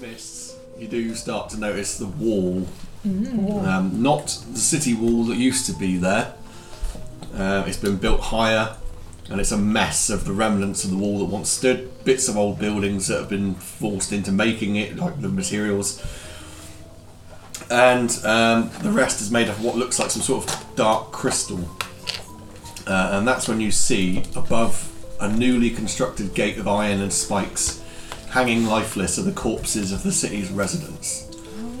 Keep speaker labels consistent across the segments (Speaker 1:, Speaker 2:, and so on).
Speaker 1: mists, you do start to notice the wall. Um, not the city wall that used to be there. Uh, it's been built higher, and it's a mess of the remnants of the wall that once stood. Bits of old buildings that have been forced into making it, like the materials. And um, the rest is made of what looks like some sort of dark crystal. Uh, and that's when you see above a newly constructed gate of iron and spikes hanging lifeless are the corpses of the city's residents.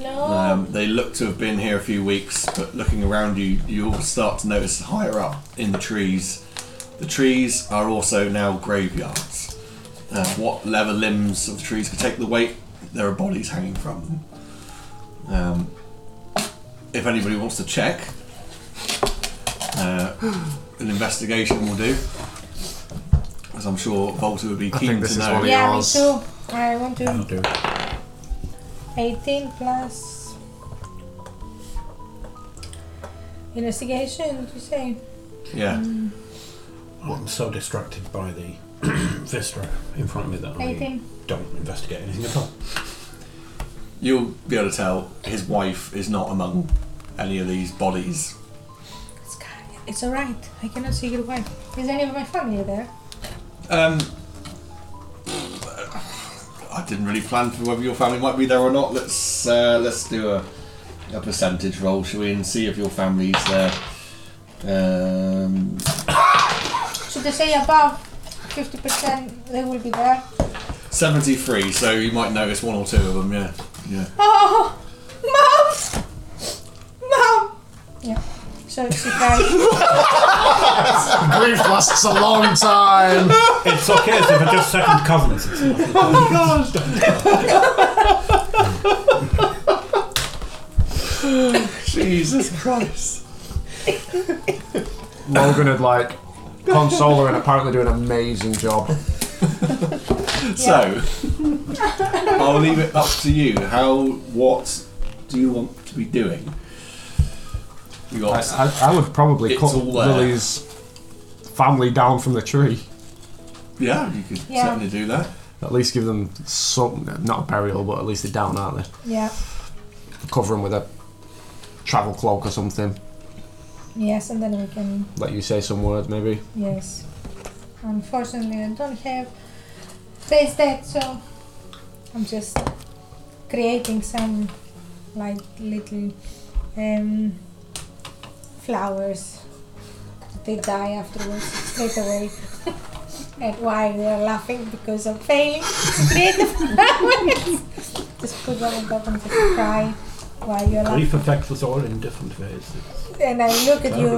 Speaker 2: No.
Speaker 1: Um, they look to have been here a few weeks, but looking around you, you'll start to notice higher up in the trees. The trees are also now graveyards. Uh, what leather limbs of the trees could take the weight, there are bodies hanging from them. Um, if anybody wants to check, uh, an investigation will do. As I'm sure Volta would be keen
Speaker 3: think this
Speaker 1: to
Speaker 3: is
Speaker 1: know.
Speaker 3: what he-
Speaker 2: yeah, me
Speaker 3: yours.
Speaker 2: too. I want to.
Speaker 4: do
Speaker 2: 18 plus. Investigation, you say?
Speaker 1: yeah.
Speaker 4: I'm so distracted by the Vistra in front of me that I
Speaker 2: 18.
Speaker 4: don't investigate anything at all.
Speaker 1: You'll be able to tell his wife is not among any of these bodies.
Speaker 2: Sky, it's alright. I cannot see your wife. Is any of my family there?
Speaker 1: Um, I didn't really plan for whether your family might be there or not. Let's uh, let's do a, a percentage roll, shall we, and see if your family's there. Um,
Speaker 2: Should I say above 50% they will be there?
Speaker 1: Seventy-three, so you might notice one or two of them. Yeah, yeah.
Speaker 2: Oh, mom! Mom! Yeah. So she cried.
Speaker 3: Grief lasts a long time.
Speaker 4: It's okay, so if I just second covenant, it's not.
Speaker 1: Jesus Christ!
Speaker 3: Logan had like console her and apparently do an amazing job.
Speaker 1: So I'll leave it up to you. How, what do you want to be doing? You
Speaker 3: I,
Speaker 1: got
Speaker 3: I, I would probably
Speaker 1: It's
Speaker 3: cut
Speaker 1: all there.
Speaker 3: Lily's family down from the tree.
Speaker 1: Yeah, you could
Speaker 2: Yeah.
Speaker 1: certainly do that.
Speaker 3: At least give them some, not a burial, but at least they're down, aren't they?
Speaker 2: yeah.
Speaker 3: Cover them with a travel cloak or something.
Speaker 2: Yes, and then we can.
Speaker 3: Let you say some words, maybe.
Speaker 2: Yes. Unfortunately, I don't have face that, so I'm just creating some like little um, flowers. They die afterwards straight away. and why they are laughing because I'm failing to create the flowers. just put one on top and just cry while you're laughing.
Speaker 4: Grief affects us all in different ways. It's
Speaker 2: And I look at you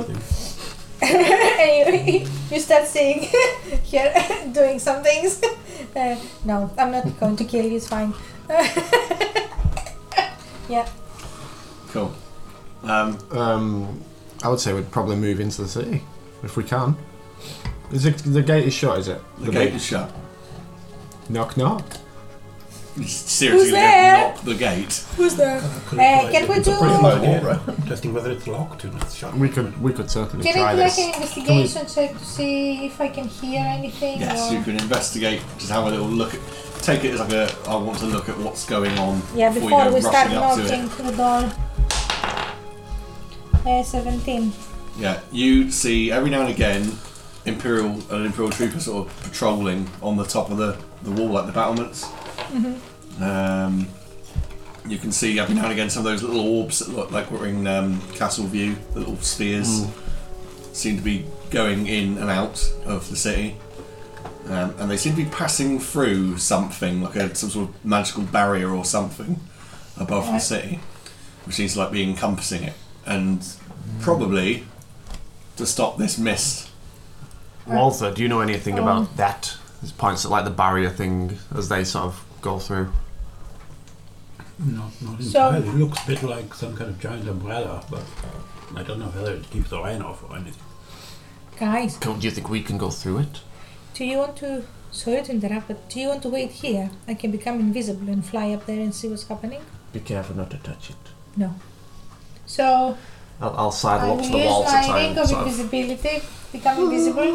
Speaker 4: everything.
Speaker 2: and you, you start seeing here doing some things. Uh, no, I'm not going to kill you. It's fine. yeah,
Speaker 1: Cool. Um,
Speaker 3: Um, I would say we'd probably move into the city if we can. Is it the gate is shut? Is it?
Speaker 1: the gate is shut.
Speaker 3: Knock knock.
Speaker 1: You're Seriously,
Speaker 2: Who's
Speaker 1: gonna
Speaker 2: there?
Speaker 1: knock the gate.
Speaker 2: who's there?
Speaker 4: Could
Speaker 2: Uh,
Speaker 4: it-
Speaker 2: can we
Speaker 4: it's a
Speaker 2: do-
Speaker 4: pretty
Speaker 2: It's
Speaker 1: like
Speaker 4: low idea.
Speaker 1: water.
Speaker 4: Testing whether it's locked or not. Shut
Speaker 3: We could we could certainly
Speaker 2: Can
Speaker 3: try
Speaker 2: I do
Speaker 3: this.
Speaker 2: like an investigation check to see if I can hear anything?
Speaker 1: Yes,
Speaker 2: or-
Speaker 1: you can investigate. Just have a little look. At, take it as like a. I want to look at what's going on.
Speaker 2: yeah, before
Speaker 1: you go
Speaker 2: we start
Speaker 1: rushing up to
Speaker 2: knocking
Speaker 1: it.
Speaker 2: to the door. Uh, 17.
Speaker 1: Yeah, you see every now and again, imperial an imperial trooper sort of patrolling on the top of the, the wall, like the battlements. Um, you can see every now and again some of those little orbs that look like we're in um, Castle View, the little spheres. seem to be going in and out of the city, um, and they seem to be passing through something like a some sort of magical barrier or something above the
Speaker 2: Right.
Speaker 1: city, which seems to like be encompassing it, and probably to stop this mist.
Speaker 3: Walther, do you know anything
Speaker 2: Um,
Speaker 3: about that? This points at like the barrier thing as they sort of go through.
Speaker 4: Not, not
Speaker 2: So-
Speaker 4: entirely. it looks a bit like some kind of giant umbrella, but uh, I don't know whether it keeps the rain off or anything.
Speaker 2: Guys,
Speaker 3: Can, do you think we can go through it?
Speaker 2: do you want to. Sorry to interrupt, but do you want to wait here? I can become invisible and fly up there and see what's happening?
Speaker 3: Be careful not to touch it.
Speaker 2: No. So
Speaker 3: I'll, I'll
Speaker 2: I
Speaker 3: sidle
Speaker 2: will
Speaker 3: up
Speaker 2: use
Speaker 3: to the wall to try
Speaker 2: my ring
Speaker 3: and
Speaker 2: of
Speaker 3: sort of,
Speaker 2: invisibility, become invisible,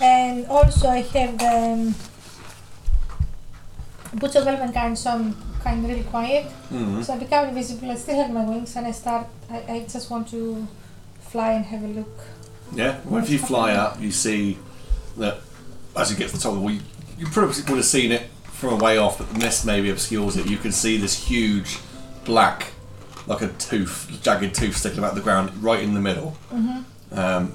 Speaker 2: and also I have the um, Boots of Elvenkind on kind of really quiet.
Speaker 1: Mm.
Speaker 2: So I become invisible. I still have my wings, and I start. I, I just want to fly and have a look.
Speaker 1: Yeah, well, if you fly up, you see that as you get to the top of the wall, you, you probably would have seen it from a way off, but the mist maybe obscures it. You can see this huge black, like a tooth, jagged tooth sticking out the ground right in the middle. Mm-hmm. Um,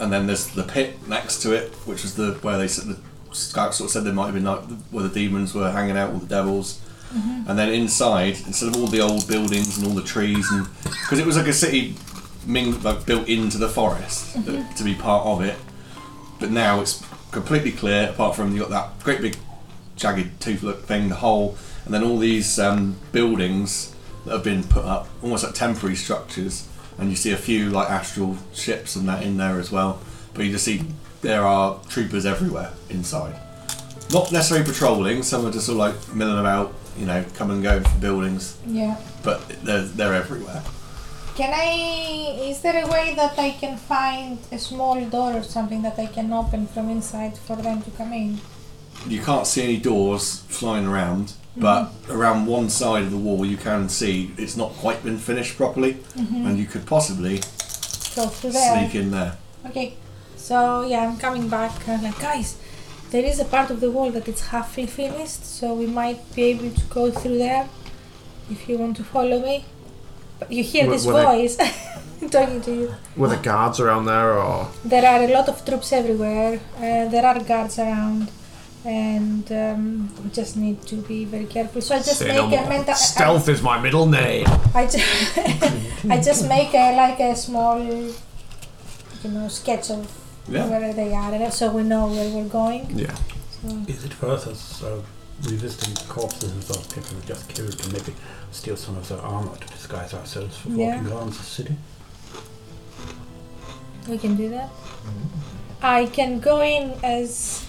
Speaker 1: and then there's the pit next to it, which is the where they s- the scouts sort of said there might have been like the, where the demons were hanging out, all the devils. And then inside, instead of all the old buildings and all the trees, and because it was like a city ming- like built into the forest that- to be part of it, but now it's completely clear. Apart from you got that great big jagged tooth look thing, the hole, and then all these um, buildings that have been put up, almost like temporary structures. And you see a few like astral ships and that in there as well. But you just see there are troopers everywhere inside. Not necessarily patrolling. Some are just sort of like milling about, you know, come and go for buildings.
Speaker 2: Yeah.
Speaker 1: But they're they're everywhere.
Speaker 2: Can I? Is there a way that I can find a small door or something that I can open from inside for them to come in?
Speaker 1: you can't see any doors flying around, but
Speaker 2: Mm-hmm.
Speaker 1: around one side of the wall you can see it's not quite been finished properly, and you could possibly
Speaker 2: Go through Mm-hmm. there.
Speaker 1: sneak in there.
Speaker 2: Okay. So yeah, I'm coming back. i like, guys, there is a part of the wall that it's halfly finished, so we might be able to go through there if you want to follow me. But you hear
Speaker 3: Were-
Speaker 2: this
Speaker 3: were they-
Speaker 2: voice talking to you.
Speaker 3: Were the guards around there or?
Speaker 2: There are a lot of troops everywhere. Uh, there are guards around. And um, we just need to be very careful. So I just
Speaker 3: Say
Speaker 2: make
Speaker 3: no
Speaker 2: a
Speaker 3: more.
Speaker 2: mental.
Speaker 3: "Oh, Stealth is my middle name.
Speaker 2: I just, I just make a, like a small, you know, sketch of
Speaker 1: Yeah.
Speaker 2: where they are, and so we know where we're going.
Speaker 3: Yeah.
Speaker 2: So
Speaker 4: Is it for us as uh, revisiting corpses of those people we just killed to maybe steal some of their armor to disguise ourselves for
Speaker 2: Yeah.
Speaker 4: walking around the city?
Speaker 2: we can do that. I can go in as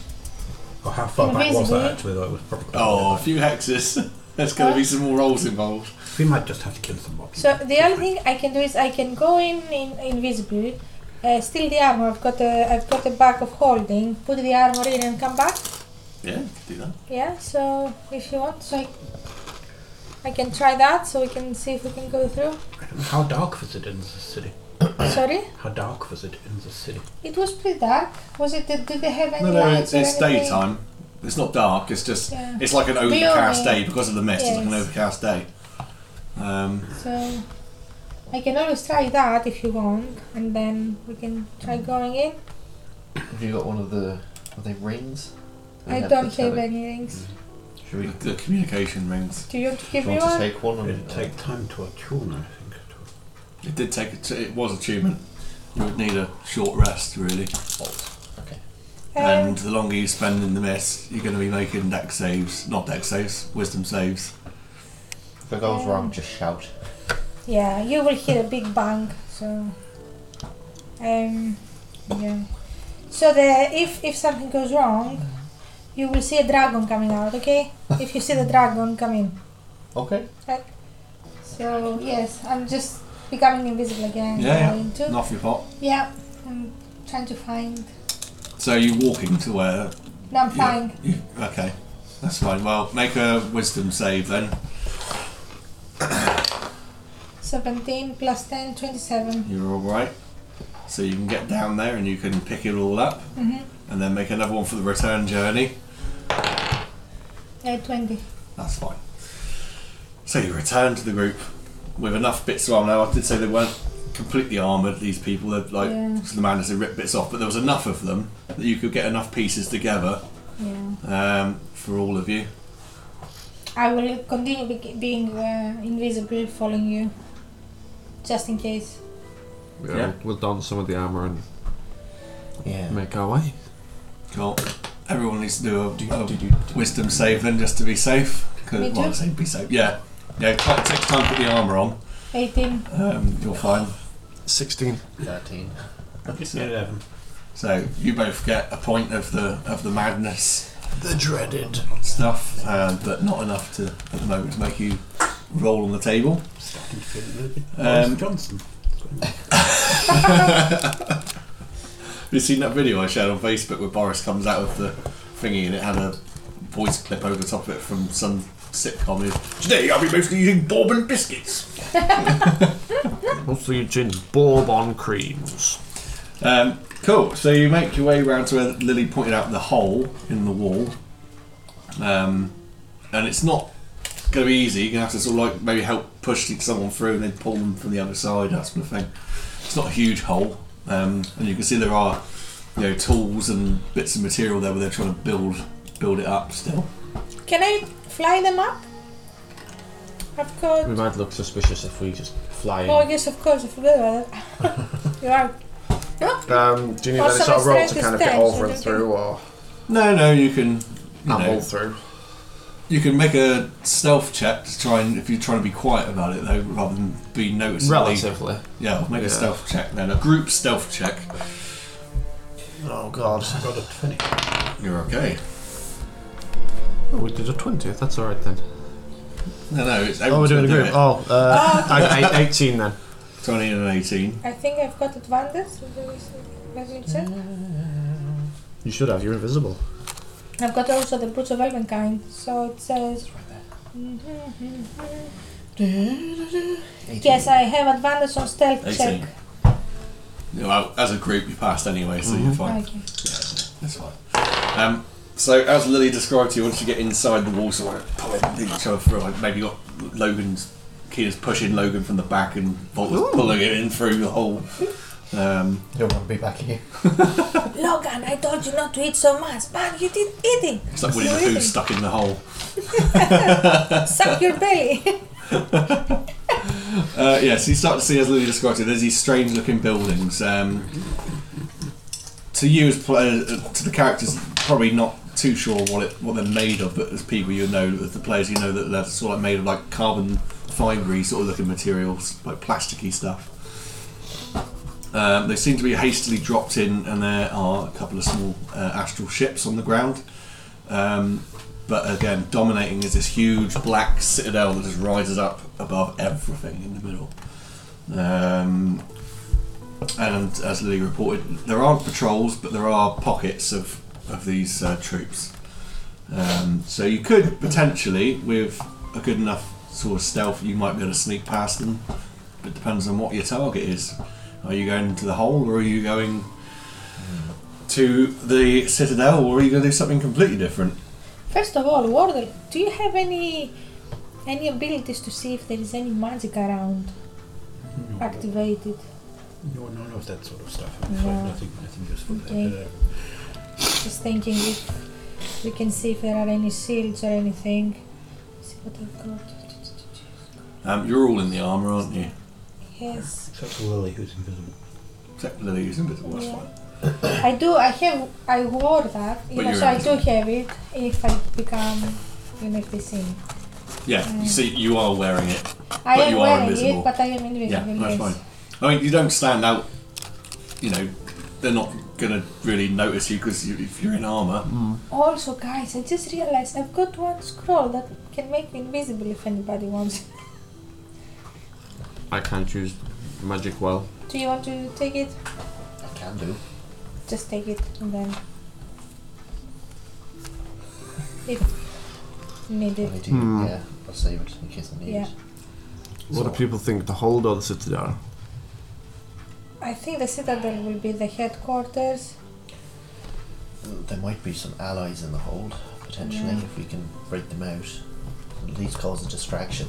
Speaker 4: Or how far back was
Speaker 2: Invisible.
Speaker 4: that actually? Though it was probably quite
Speaker 1: Oh, a
Speaker 4: a bit
Speaker 1: few hexes. There's going to be some more rolls involved.
Speaker 4: back. we might just have to kill some more people.
Speaker 2: so. The only thing I can do is I can go in, in invisible, uh, steal the armor. I've got a I've got a bag of holding. Put the armor in and come back.
Speaker 1: Yeah, do that.
Speaker 2: Yeah. So if you want, so I, I can try that. So we can see if we can go through.
Speaker 4: I don't know, how dark was it in the city?
Speaker 2: Sorry.
Speaker 4: How dark was it in the city?
Speaker 2: It was pretty dark. Was it? Did, did they have any
Speaker 1: No, no,
Speaker 2: lights
Speaker 1: it's, it's
Speaker 2: or anything?
Speaker 1: daytime. It's not dark. It's just
Speaker 2: Yeah.
Speaker 1: it's like an overcast
Speaker 2: Really?
Speaker 1: day because of the mist. It's like an
Speaker 2: Yes.
Speaker 1: overcast day. Um,
Speaker 2: So I can always try that if you want, and then we can try going in.
Speaker 5: Have you got one of the are they rings? They
Speaker 2: I
Speaker 5: have
Speaker 2: don't
Speaker 5: the
Speaker 2: have
Speaker 5: telly.
Speaker 2: any rings.
Speaker 5: Should
Speaker 1: the,
Speaker 5: we
Speaker 1: the communication rings.
Speaker 2: Do you want to give
Speaker 5: do
Speaker 2: me
Speaker 5: you want to
Speaker 2: one?
Speaker 5: take one? and-
Speaker 4: It'd
Speaker 3: uh,
Speaker 4: take time to attune, I think. to-
Speaker 1: It did take. A t- it was achievement. You would need a short rest, really. And
Speaker 2: Um,
Speaker 1: the longer you spend in the mist, you're going to be making deck saves, not deck saves, wisdom saves.
Speaker 5: If it goes wrong, just shout.
Speaker 2: yeah, you will hear a big bang. So um, yeah. So the if if something goes wrong, you will see a dragon coming out. Okay, if you see the dragon, come in.
Speaker 5: Okay.
Speaker 2: So yes, I'm just becoming invisible again.
Speaker 1: Yeah,
Speaker 2: going
Speaker 1: yeah.
Speaker 2: to-
Speaker 1: And off your pot.
Speaker 2: Yeah, I'm trying to find.
Speaker 1: So you're walking to where?
Speaker 2: No, I'm
Speaker 1: you-
Speaker 2: flying.
Speaker 1: you- okay, that's fine. Well, make a wisdom save then.
Speaker 2: 17 plus 10, 27.
Speaker 1: You're all right. So you can get down there and you can pick it all up,
Speaker 2: Mhm.
Speaker 1: and then make another one for the return journey.
Speaker 2: Uh, 20.
Speaker 1: That's fine. So you return to the group with enough bits of armor. Now I did say they weren't completely armored. These people, they're like
Speaker 2: Yeah.
Speaker 1: the man has ripped bits off, but there was enough of them that you could get enough pieces together
Speaker 2: Yeah.
Speaker 1: um, for all of you.
Speaker 2: I will continue be- being uh, invisible, following you. Just in case.
Speaker 3: Yeah.
Speaker 1: Yeah.
Speaker 3: We'll, we'll don some of the armor and
Speaker 5: Yeah.
Speaker 3: make our way.
Speaker 1: Cool. Everyone needs to do a, a wisdom save then, just to be safe. 'Cause-
Speaker 2: Me
Speaker 1: well,
Speaker 2: too.
Speaker 1: I say be safe. Yeah, yeah. Quite takes time to put the armor on.
Speaker 2: 18.
Speaker 1: Um, you're fine.
Speaker 3: Sixteen.
Speaker 5: Thirteen.
Speaker 4: Eleven.
Speaker 1: So you both get a point of the of the madness
Speaker 3: The dreaded.
Speaker 1: stuff, um, but not enough to at the moment to make you roll on the table.
Speaker 4: Starting to feel a little bit.
Speaker 1: Um,
Speaker 4: Boris Johnson.
Speaker 1: Have you seen that video I shared on Facebook where Boris comes out of the thingy and it had a voice clip over the top of it from some sitcom is today I'll be mostly eating bourbon biscuits.
Speaker 3: Mostly you gin bourbon creams.
Speaker 1: Um, cool. So you make your way around to where Lily pointed out the hole in the wall, um, and it's not going to be easy. You're going to have to sort of like maybe help push someone through and then pull them from the other side, that sort of thing. It's not a huge hole, um, and you can see there are you know tools and bits of material there where they're trying to build build it up still.
Speaker 2: Can I fly them up? I've got.
Speaker 1: Mm.
Speaker 3: We might look suspicious if we just fly in.
Speaker 2: Oh, yes, of course, I forgot about that. You're right.
Speaker 3: Um, do you need
Speaker 2: Also,
Speaker 3: any sort of
Speaker 2: it's
Speaker 3: roll
Speaker 2: like
Speaker 3: to
Speaker 2: a
Speaker 3: kind of get
Speaker 2: stairs,
Speaker 3: over
Speaker 2: I don't
Speaker 3: and through or
Speaker 1: No, no, you can. You
Speaker 3: amble
Speaker 1: know,
Speaker 3: through?
Speaker 1: You can make a stealth check to try and if you're trying to be quiet about it though, rather than be noticed.
Speaker 3: Relatively.
Speaker 1: Yeah, make
Speaker 3: Yeah.
Speaker 1: a stealth check then. A group stealth check.
Speaker 3: Oh god.
Speaker 4: I got a 20.
Speaker 1: You're okay.
Speaker 3: Oh, we did a 20th, that's alright then.
Speaker 1: No, no, it's
Speaker 3: Oh, we're
Speaker 1: everyone's
Speaker 3: doing
Speaker 1: gonna
Speaker 3: a
Speaker 1: do
Speaker 3: group.
Speaker 1: it.
Speaker 3: Oh, uh, I- I- 18 then.
Speaker 1: Twenty and an eighteen.
Speaker 2: I think I've got advantage. Let me check.
Speaker 3: You should have, you're invisible.
Speaker 2: I've got also the Boots of Elvenkind, so it says. Yes, I have advantage on stealth
Speaker 1: Eighteen.
Speaker 2: check.
Speaker 1: Yeah, Well, as a group you passed anyway, so
Speaker 3: Mm-hmm.
Speaker 1: you're fine.
Speaker 2: Okay.
Speaker 1: That's fine. Um, so as Lily described to you, once you get inside the wall, sort of pulling each other through, like maybe got Logan's Kira's pushing Logan from the back and Volta's pulling it in through the hole. Um,
Speaker 5: You don't want to be back here.
Speaker 2: Logan, I told you not to eat so much, but you didn't eat it.
Speaker 1: it's like Winnie the Pooh stuck in the hole.
Speaker 2: Suck your belly.
Speaker 1: Uh, yeah, so you start to see, as Lily described it, there's these strange looking buildings. Um, to you, as pl- uh, to the characters, probably not too sure what it what they're made of, but as people you know, as the players you know that they're sort of made of like carbon fibre sort of looking materials, like plasticky stuff. Um, they seem to be hastily dropped in, and there are a couple of small uh, astral ships on the ground. Um, but again, dominating is this huge black citadel that just rises up above everything in the middle. Um, and as Lily reported, there aren't patrols, but there are pockets of, of these uh, troops. Um, so you could potentially, with a good enough sort of stealth, you might be able to sneak past them. But it depends on what your target is. Are you going to the hole, or are you going to the citadel, or are you going to do something completely different?
Speaker 2: First of all, Wardle, do you have any any abilities to see if there is any magic around
Speaker 1: Mm-hmm.
Speaker 2: activated?
Speaker 4: No, no, no, that sort of stuff. I'm
Speaker 2: Yeah.
Speaker 4: afraid nothing, nothing useful there. Uh,
Speaker 2: Okay. Just thinking if we can see if there are any shields or anything. see what I've got.
Speaker 1: Um, you're all in the armour, aren't you?
Speaker 2: Yes,
Speaker 4: Except for Lily, who's invisible.
Speaker 1: Except Lily, who's invisible. That's
Speaker 2: Yeah.
Speaker 1: fine.
Speaker 2: I do. I have. I wore that. You
Speaker 1: But
Speaker 2: know,
Speaker 1: you're
Speaker 2: so I do
Speaker 1: invisible.
Speaker 2: have it. If I become, you know, if they see me.
Speaker 1: Yeah, you see, you are wearing it.
Speaker 2: I
Speaker 1: But
Speaker 2: am
Speaker 1: you are
Speaker 2: wearing
Speaker 1: invisible.
Speaker 2: it, but I am invisible.
Speaker 1: Yeah, that's
Speaker 2: yes.
Speaker 1: fine. I mean, you don't stand out. You know, they're not gonna really notice you because you, if you're in armour.
Speaker 2: Also, guys, I just realized I've got one scroll that can make me invisible if anybody wants.
Speaker 3: I can't use magic well.
Speaker 2: Do you want to take it?
Speaker 5: I can do.
Speaker 2: Just take it and then. If
Speaker 5: I
Speaker 2: needed.
Speaker 5: do.
Speaker 3: Hmm.
Speaker 5: Yeah, I'll save it in case I need
Speaker 2: Yeah.
Speaker 5: it.
Speaker 3: What do people think? The hold or the citadel?
Speaker 2: I think the Citadel will be the headquarters.
Speaker 5: There might be some allies in the hold, potentially,
Speaker 2: Yeah.
Speaker 5: if we can break them out. At least cause a distraction.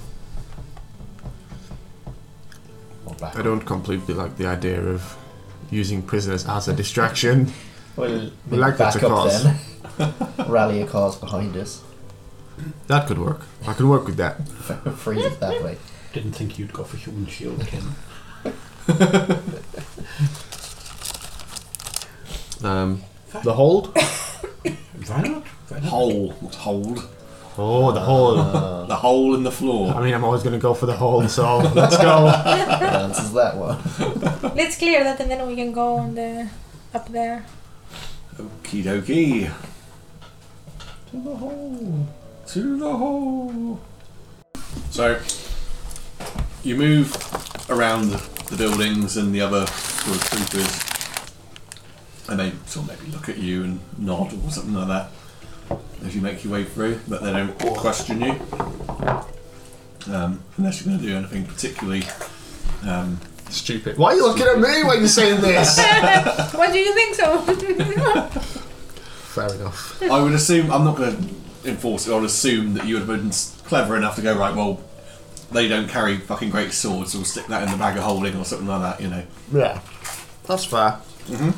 Speaker 5: Or back.
Speaker 3: I don't completely like the idea of using prisoners as a distraction.
Speaker 5: Well,
Speaker 3: We like that
Speaker 5: back
Speaker 3: to
Speaker 5: up
Speaker 3: cause.
Speaker 5: then. Rally a cause behind us.
Speaker 3: That could work. I could work with that.
Speaker 5: Freeze it that way.
Speaker 4: Didn't think you'd go for human shield, Ken.
Speaker 3: Um, the hold?
Speaker 4: Why not? Why not?
Speaker 1: Hole, not hold.
Speaker 3: Oh, the hold.
Speaker 1: The hole in the floor.
Speaker 3: I mean, I'm always going to go for the hold, so let's go.
Speaker 5: That answers that one.
Speaker 2: Let's clear that and then we can go on the up there.
Speaker 1: Okie dokie. To the hole. To the hole. So, you move around the buildings and the other sort of troopers, and they sort of maybe look at you and nod or something like that. as you make your way through, but they don't question you. Um, unless you're going to do anything particularly. Um,
Speaker 3: Stupid. Why are you looking at me when you're saying this?
Speaker 2: What do you think so?
Speaker 1: Oh,
Speaker 3: Fair enough.
Speaker 1: I would assume, I'm not going to enforce it, I would assume that you would have been s- clever enough to go, right, well, they don't carry fucking great swords, so we'll stick that in the bag of holding or something like that, you know.
Speaker 3: Yeah. That's fair.
Speaker 1: Mm-hmm.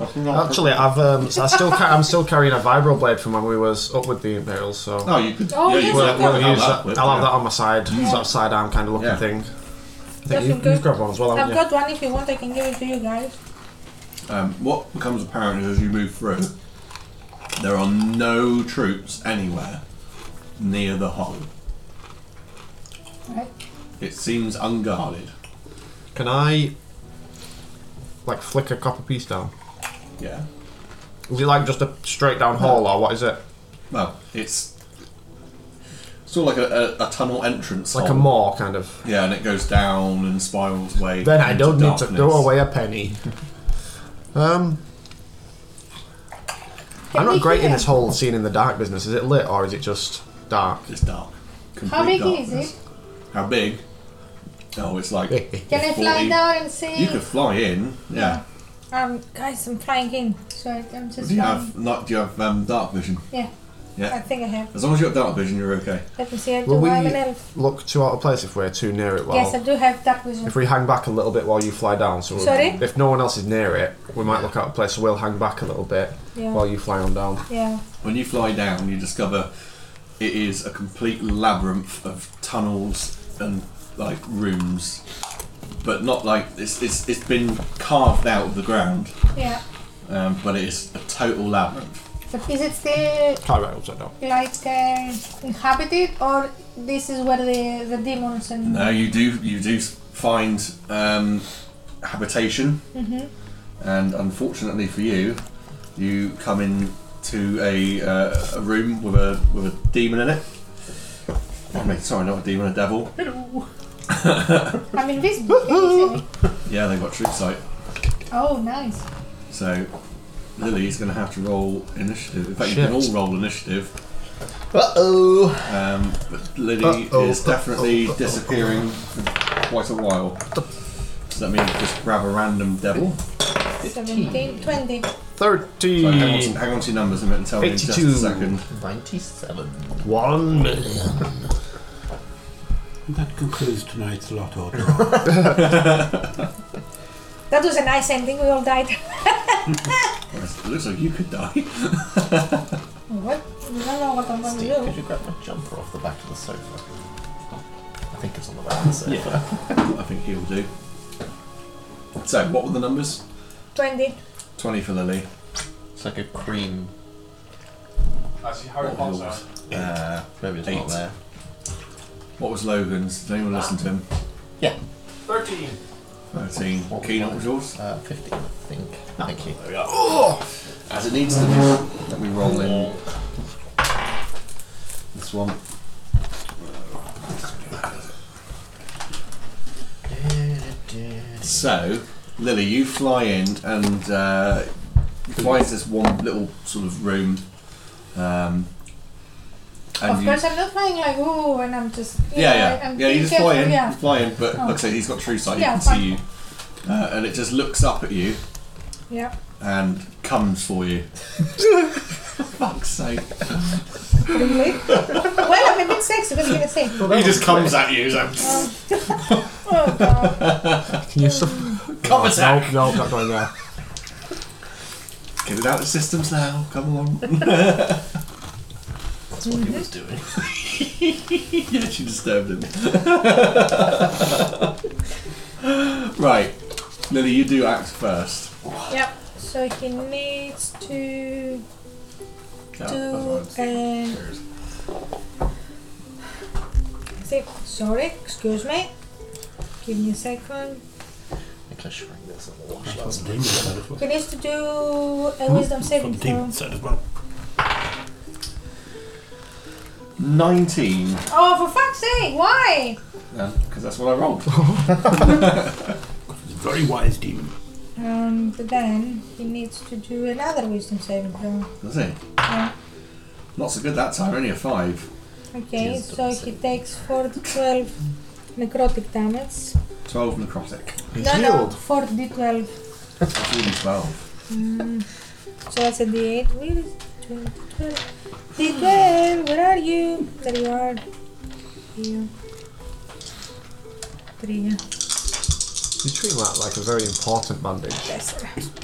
Speaker 3: Actually, I've um, I still ca- I'm still carrying a vibro blade from when we was up with the Imperials, so
Speaker 1: Oh, you could.
Speaker 2: Oh,
Speaker 1: yeah,
Speaker 2: yes,
Speaker 1: you
Speaker 2: I've
Speaker 1: could.
Speaker 3: we'll, we'll
Speaker 1: I'll
Speaker 3: use
Speaker 1: have
Speaker 3: that.
Speaker 1: that.
Speaker 3: I'll have that on my side, sort of sidearm kind of looking
Speaker 1: Yeah.
Speaker 3: thing. I think
Speaker 2: That's
Speaker 3: you,
Speaker 2: some good-
Speaker 3: you've grabbed one as well,
Speaker 2: I've
Speaker 3: haven't you?
Speaker 2: got one if you want, I can give it to you guys.
Speaker 1: Um, what becomes apparent as you move through, there are no troops anywhere near the hole.
Speaker 2: Right.
Speaker 1: It seems unguarded.
Speaker 3: Can I like flick a copper piece down?
Speaker 1: Yeah.
Speaker 3: Is it like just a straight down hole or what is it?
Speaker 1: Well, it's sort of like a, a, a tunnel entrance.
Speaker 3: Like a
Speaker 1: hole.
Speaker 3: maw kind of.
Speaker 1: Yeah, and it goes down and spirals away.
Speaker 3: Then I
Speaker 1: into
Speaker 3: don't need to
Speaker 1: darkness.
Speaker 3: throw away a penny. um, I'm
Speaker 2: Can we
Speaker 3: not great in
Speaker 2: hear?
Speaker 3: this whole scene in the dark business. Is it lit or is it just dark?
Speaker 1: It's dark. Complete
Speaker 2: How big
Speaker 1: darkness.
Speaker 2: is it?
Speaker 1: How big? Oh, it's like.
Speaker 2: Can I fly
Speaker 1: 40.
Speaker 2: down and see?
Speaker 1: You could fly in. Yeah.
Speaker 2: Um, guys, I'm flying in, so I- I'm just.
Speaker 1: Do you
Speaker 2: flying.
Speaker 1: have not? Do you have um, dark vision?
Speaker 2: Yeah.
Speaker 1: Yeah.
Speaker 2: I think I have.
Speaker 1: As long as you have dark vision, you're okay.
Speaker 2: Let me see. I do
Speaker 3: Will we
Speaker 2: have an elf.
Speaker 3: look too out of place if we're too near it? While
Speaker 2: yes, I do have dark vision.
Speaker 3: if we hang back a little bit while you fly down, so we'll-
Speaker 2: Sorry?
Speaker 3: if no one else is near it, we might look out of place. So we'll hang back a little bit
Speaker 2: Yeah.
Speaker 3: while you fly on down.
Speaker 2: Yeah.
Speaker 1: When you fly down, you discover it is a complete labyrinth of tunnels and like rooms, but not like it's it's, it's been carved out of the ground,
Speaker 2: Yeah.
Speaker 1: um, but it is a total labyrinth.
Speaker 2: But is it still
Speaker 3: All right, upside down.
Speaker 2: like uh, inhabited, or this is where the the demons and
Speaker 1: Now you do you do find um, habitation, and unfortunately for you, you come in to a, uh, a room with a with a demon in it. I mean, sorry, not a demon, a devil.
Speaker 2: I mean this book. isn't it?
Speaker 1: Yeah, they've got troop sight.
Speaker 2: oh, nice.
Speaker 1: So Lily's going to have to roll initiative. In fact, you can all
Speaker 3: Shit.
Speaker 1: roll initiative.
Speaker 5: Uh oh.
Speaker 1: Um, but Lily
Speaker 3: Uh-oh,
Speaker 1: is definitely
Speaker 3: uh-oh, uh-oh.
Speaker 1: disappearing for quite a while. So that means just grab a random devil.
Speaker 2: 17, 20.
Speaker 1: So hang, on to,
Speaker 3: Thirty.
Speaker 1: hang on to your numbers a minute and tell me in just a
Speaker 3: 82.
Speaker 1: second.
Speaker 5: 97.
Speaker 3: One million.
Speaker 4: And that concludes tonight's lotto draw.
Speaker 2: That was a nice ending. We all died.
Speaker 1: It looks like you could die.
Speaker 2: what? I don't know what I'm going to
Speaker 5: Steve, could
Speaker 2: do.
Speaker 5: you grab my jumper off the back of the sofa? I think it's on the back of the sofa.
Speaker 1: I think he'll do. So, what were the numbers?
Speaker 2: 20.
Speaker 1: 20 for Lily.
Speaker 5: It's like a cream.
Speaker 1: What was, yours? uh,
Speaker 5: Maybe it's
Speaker 1: Eight.
Speaker 5: not there.
Speaker 1: what was Logan's? Did anyone listen to him?
Speaker 5: Yeah.
Speaker 1: 13. Keen, what was yours? Oh!
Speaker 5: Uh, 50, I think. Thank you.
Speaker 1: As it needs to be. Let me roll in. This one. So, Lily, you fly in and uh, you fly into this one little sort of room. Um, and
Speaker 2: Of
Speaker 1: you,
Speaker 2: course, I'm not flying like, ooh, and I'm just. you
Speaker 1: yeah,
Speaker 2: know,
Speaker 1: yeah,
Speaker 2: I'm
Speaker 1: yeah. You
Speaker 2: being
Speaker 1: just fly in,
Speaker 2: um, careful,
Speaker 1: you
Speaker 2: Yeah.
Speaker 1: fly in. But
Speaker 2: Oh.
Speaker 1: looks like he's got true sight.
Speaker 2: Yeah,
Speaker 1: you can
Speaker 2: fine.
Speaker 1: see you, uh, and it just looks up at you
Speaker 2: yeah.
Speaker 1: and comes for you. Fuck's sake!
Speaker 2: Really? well, I'm a bit sexy, what are you going to say?
Speaker 1: He just comes at you. So
Speaker 2: Oh, God.
Speaker 3: Can you stop?
Speaker 1: come attack.
Speaker 3: No, no, not going there.
Speaker 1: Get it out of the systems now. Come along.
Speaker 5: That's what he
Speaker 2: Mhm.
Speaker 5: was doing.
Speaker 1: yeah, she disturbed him. right, Lily, you do act first.
Speaker 2: Yeah. So he needs to
Speaker 1: Yeah,
Speaker 2: do.
Speaker 1: that's right.
Speaker 2: Uh, say, sorry, excuse me. Give me a second.
Speaker 5: I think I shrank this on the wash
Speaker 4: That's
Speaker 5: last
Speaker 4: the demon
Speaker 5: night.
Speaker 4: side as well.
Speaker 2: He needs to do a wisdom
Speaker 4: From
Speaker 2: saving
Speaker 4: the
Speaker 2: throw.
Speaker 4: demon side as well.
Speaker 1: Nineteen,
Speaker 2: Oh, for fuck's sake, why?
Speaker 1: because that's what I rolled.
Speaker 4: Very wise demon.
Speaker 2: And then he needs to do another wisdom saving throw.
Speaker 1: Does it?
Speaker 2: Yeah.
Speaker 1: Not so good that time, only a five.
Speaker 2: Okay,
Speaker 5: Jesus,
Speaker 2: so
Speaker 5: don't say
Speaker 2: he takes 4 to 12 necrotic damage.
Speaker 1: 12 necrotic.
Speaker 3: He's
Speaker 2: no, no,
Speaker 3: healed.
Speaker 2: 4 d12.
Speaker 1: That's really 12.
Speaker 2: Mm. So that's a d8. Where is d12? D12, where are you? There you are. You. Three,
Speaker 3: You treat that like a very important bandage.
Speaker 2: yes.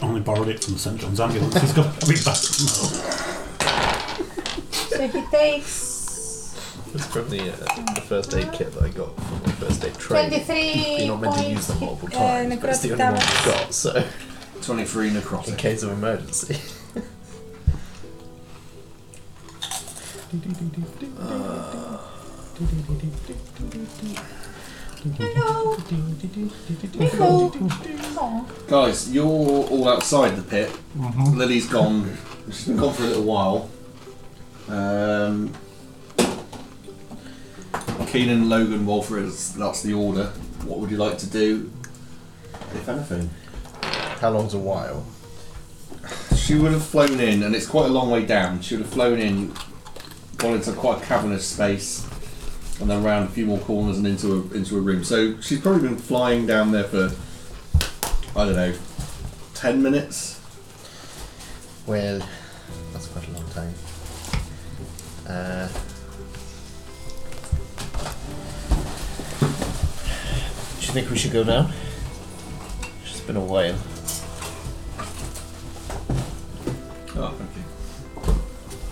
Speaker 4: Only borrowed it from St John's ambulance. He's got to be back tomorrow.
Speaker 2: So he takes
Speaker 5: It's from the, uh, the first aid kit that I got from the first aid trade.
Speaker 2: 23
Speaker 5: You're not meant to use
Speaker 2: points
Speaker 5: them multiple
Speaker 2: uh,
Speaker 5: times, but it's the
Speaker 2: necrotic
Speaker 5: only one
Speaker 2: damage.
Speaker 5: I've got, so
Speaker 1: 23
Speaker 5: in
Speaker 1: necrotic.
Speaker 5: case of emergency.
Speaker 2: Hello. Hello.
Speaker 1: Guys, you're all outside the pit. Lily's gone. She's been gone for a little while. Um, Keenan, Logan, Walter, is, that's the order. What would you like to do, if anything?
Speaker 5: How long's a while?
Speaker 1: She would have flown in, and it's quite a long way down. She would have flown in, gone into quite a cavernous space, and then round a few more corners and into a into a room. So she's probably been flying down there for I don't know, ten minutes.
Speaker 5: Well, that's quite a long time. Uh, do you think we should go down? It's been a while.
Speaker 1: Oh, okay.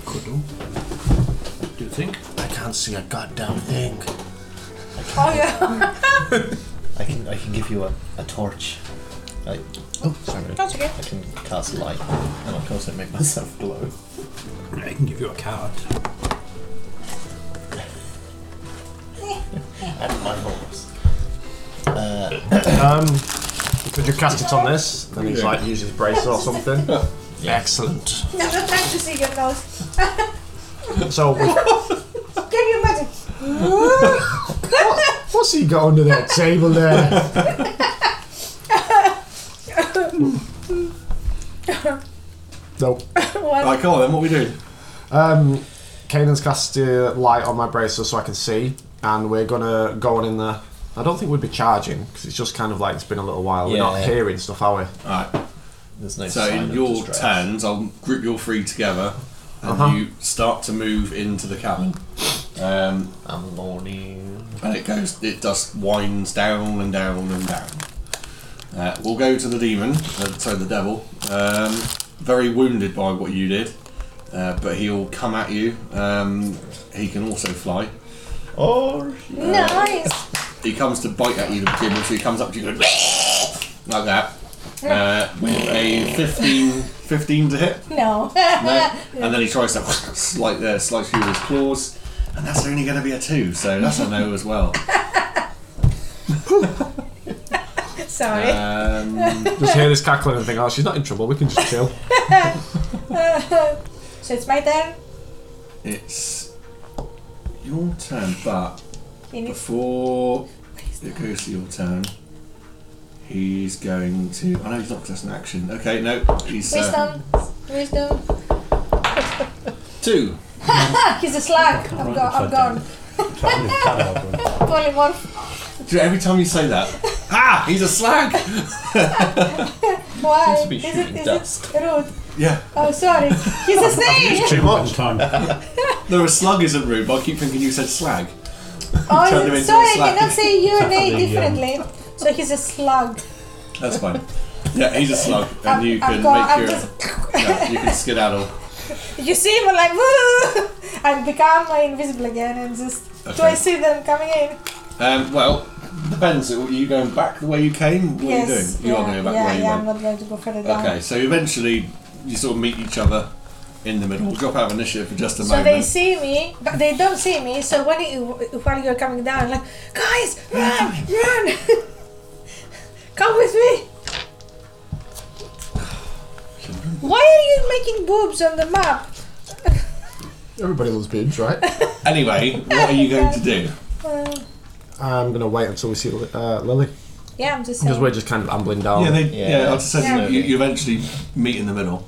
Speaker 4: Could do. Do you think?
Speaker 5: I can't see a goddamn thing.
Speaker 2: Oh yeah,
Speaker 5: I can I can give you a, a torch. I, oh, sorry.
Speaker 2: that's okay.
Speaker 5: I can cast light, and I can also make myself glow.
Speaker 4: I can give you a card.
Speaker 5: And my horse. Uh,
Speaker 3: Um, could you cast it on this? Then he's like, use his bracer or something. Excellent.
Speaker 2: No, I'm not trying to see your nose.
Speaker 3: So, we-
Speaker 2: Can you imagine?
Speaker 3: what's he got under that table there? nope.
Speaker 2: What?
Speaker 1: Right, Carl, then what we do?
Speaker 3: Um, Kanan's cast a light on my bracer so I can see, and we're gonna go on in there. I don't think we'd be charging because it's just kind of like it's been a little while. We're
Speaker 5: Yeah,
Speaker 3: not
Speaker 5: yeah.
Speaker 3: hearing stuff, are we?
Speaker 1: Alright.
Speaker 5: there's no
Speaker 1: So
Speaker 5: sign
Speaker 1: in
Speaker 5: of
Speaker 1: your
Speaker 5: distress.
Speaker 1: turns, I'll group your three together, and
Speaker 3: Uh-huh.
Speaker 1: you start to move into the cavern. Um,
Speaker 5: I'm morning.
Speaker 1: and it goes, it just winds down and down and down. Uh, we'll go to the demon, uh, so the devil, um, very wounded by what you did, uh, but he'll come at you. Um, he can also fly.
Speaker 5: Oh,
Speaker 2: Nice.
Speaker 1: He comes to bite at you to begin with, so he comes up to you going, like that, uh, with a 15, 15 to hit.
Speaker 2: No.
Speaker 1: No. And then he tries to slice, uh, slice you with his claws, and that's only going to be a two, so that's a no as well.
Speaker 2: Sorry.
Speaker 1: Um,
Speaker 3: Just hear this cackling and think, oh, she's not in trouble. We can just chill.
Speaker 2: so it's my turn.
Speaker 1: It's your turn, but
Speaker 2: He needs
Speaker 1: before it goes to your turn, he's going to. I know he's not just an action. Okay, no, he's uh,
Speaker 2: wisdom. Wisdom.
Speaker 1: two.
Speaker 2: Ah, he's a slug. I'm, go- I'm gone.
Speaker 4: So I'm just card over.
Speaker 2: Polymorph.
Speaker 1: Do you- Every time you say that, ah, he's a slag.
Speaker 2: Why?
Speaker 5: Seems to be
Speaker 2: Is it,
Speaker 5: shooting
Speaker 2: is
Speaker 5: dust.
Speaker 2: it rude?
Speaker 1: Yeah,
Speaker 2: Oh, sorry. He's a snake.
Speaker 3: Too
Speaker 4: One
Speaker 3: much.
Speaker 4: time.
Speaker 1: no, a slug isn't rude. But I keep thinking you said slag. Turned him
Speaker 2: Oh,
Speaker 1: into
Speaker 2: sorry.
Speaker 1: a
Speaker 2: I
Speaker 1: slug.
Speaker 2: cannot say your
Speaker 4: Suddenly,
Speaker 2: name
Speaker 4: um,
Speaker 2: differently. So he's a slug.
Speaker 1: That's fine. Yeah, he's a slug, and
Speaker 2: I'm-
Speaker 1: you
Speaker 2: I'm
Speaker 1: can
Speaker 2: go-
Speaker 1: make
Speaker 2: I'm
Speaker 1: your. yeah, you can skedaddle.
Speaker 2: You see him I'm like woo, and become invisible again, and just do I
Speaker 1: Okay.
Speaker 2: see them coming in?
Speaker 1: Um, well, depends. Are you going back the way you came? What are you
Speaker 2: yes.
Speaker 1: doing? You are going back
Speaker 2: yeah,
Speaker 1: the way you
Speaker 2: yeah.
Speaker 1: went.
Speaker 2: I'm not going to go further down.
Speaker 1: Okay, so eventually you sort of meet each other in the middle. We'll drop out of initiative for just a
Speaker 2: So they
Speaker 1: moment.
Speaker 2: see me, but they don't see me. So when you, while you're coming down, like guys, run, run, come with me. Why are you making boobs on the map?
Speaker 3: Everybody loves boobs, right?
Speaker 1: Anyway, what are you going to do?
Speaker 2: Uh,
Speaker 3: I'm gonna wait until we see Li- uh, Lily.
Speaker 2: Yeah, I'm just
Speaker 3: Because
Speaker 2: saying.
Speaker 3: we're just kind of ambling down.
Speaker 1: Yeah, they,
Speaker 5: Yeah.
Speaker 1: yeah, I just said
Speaker 2: Yeah.
Speaker 1: You, you eventually meet in the middle.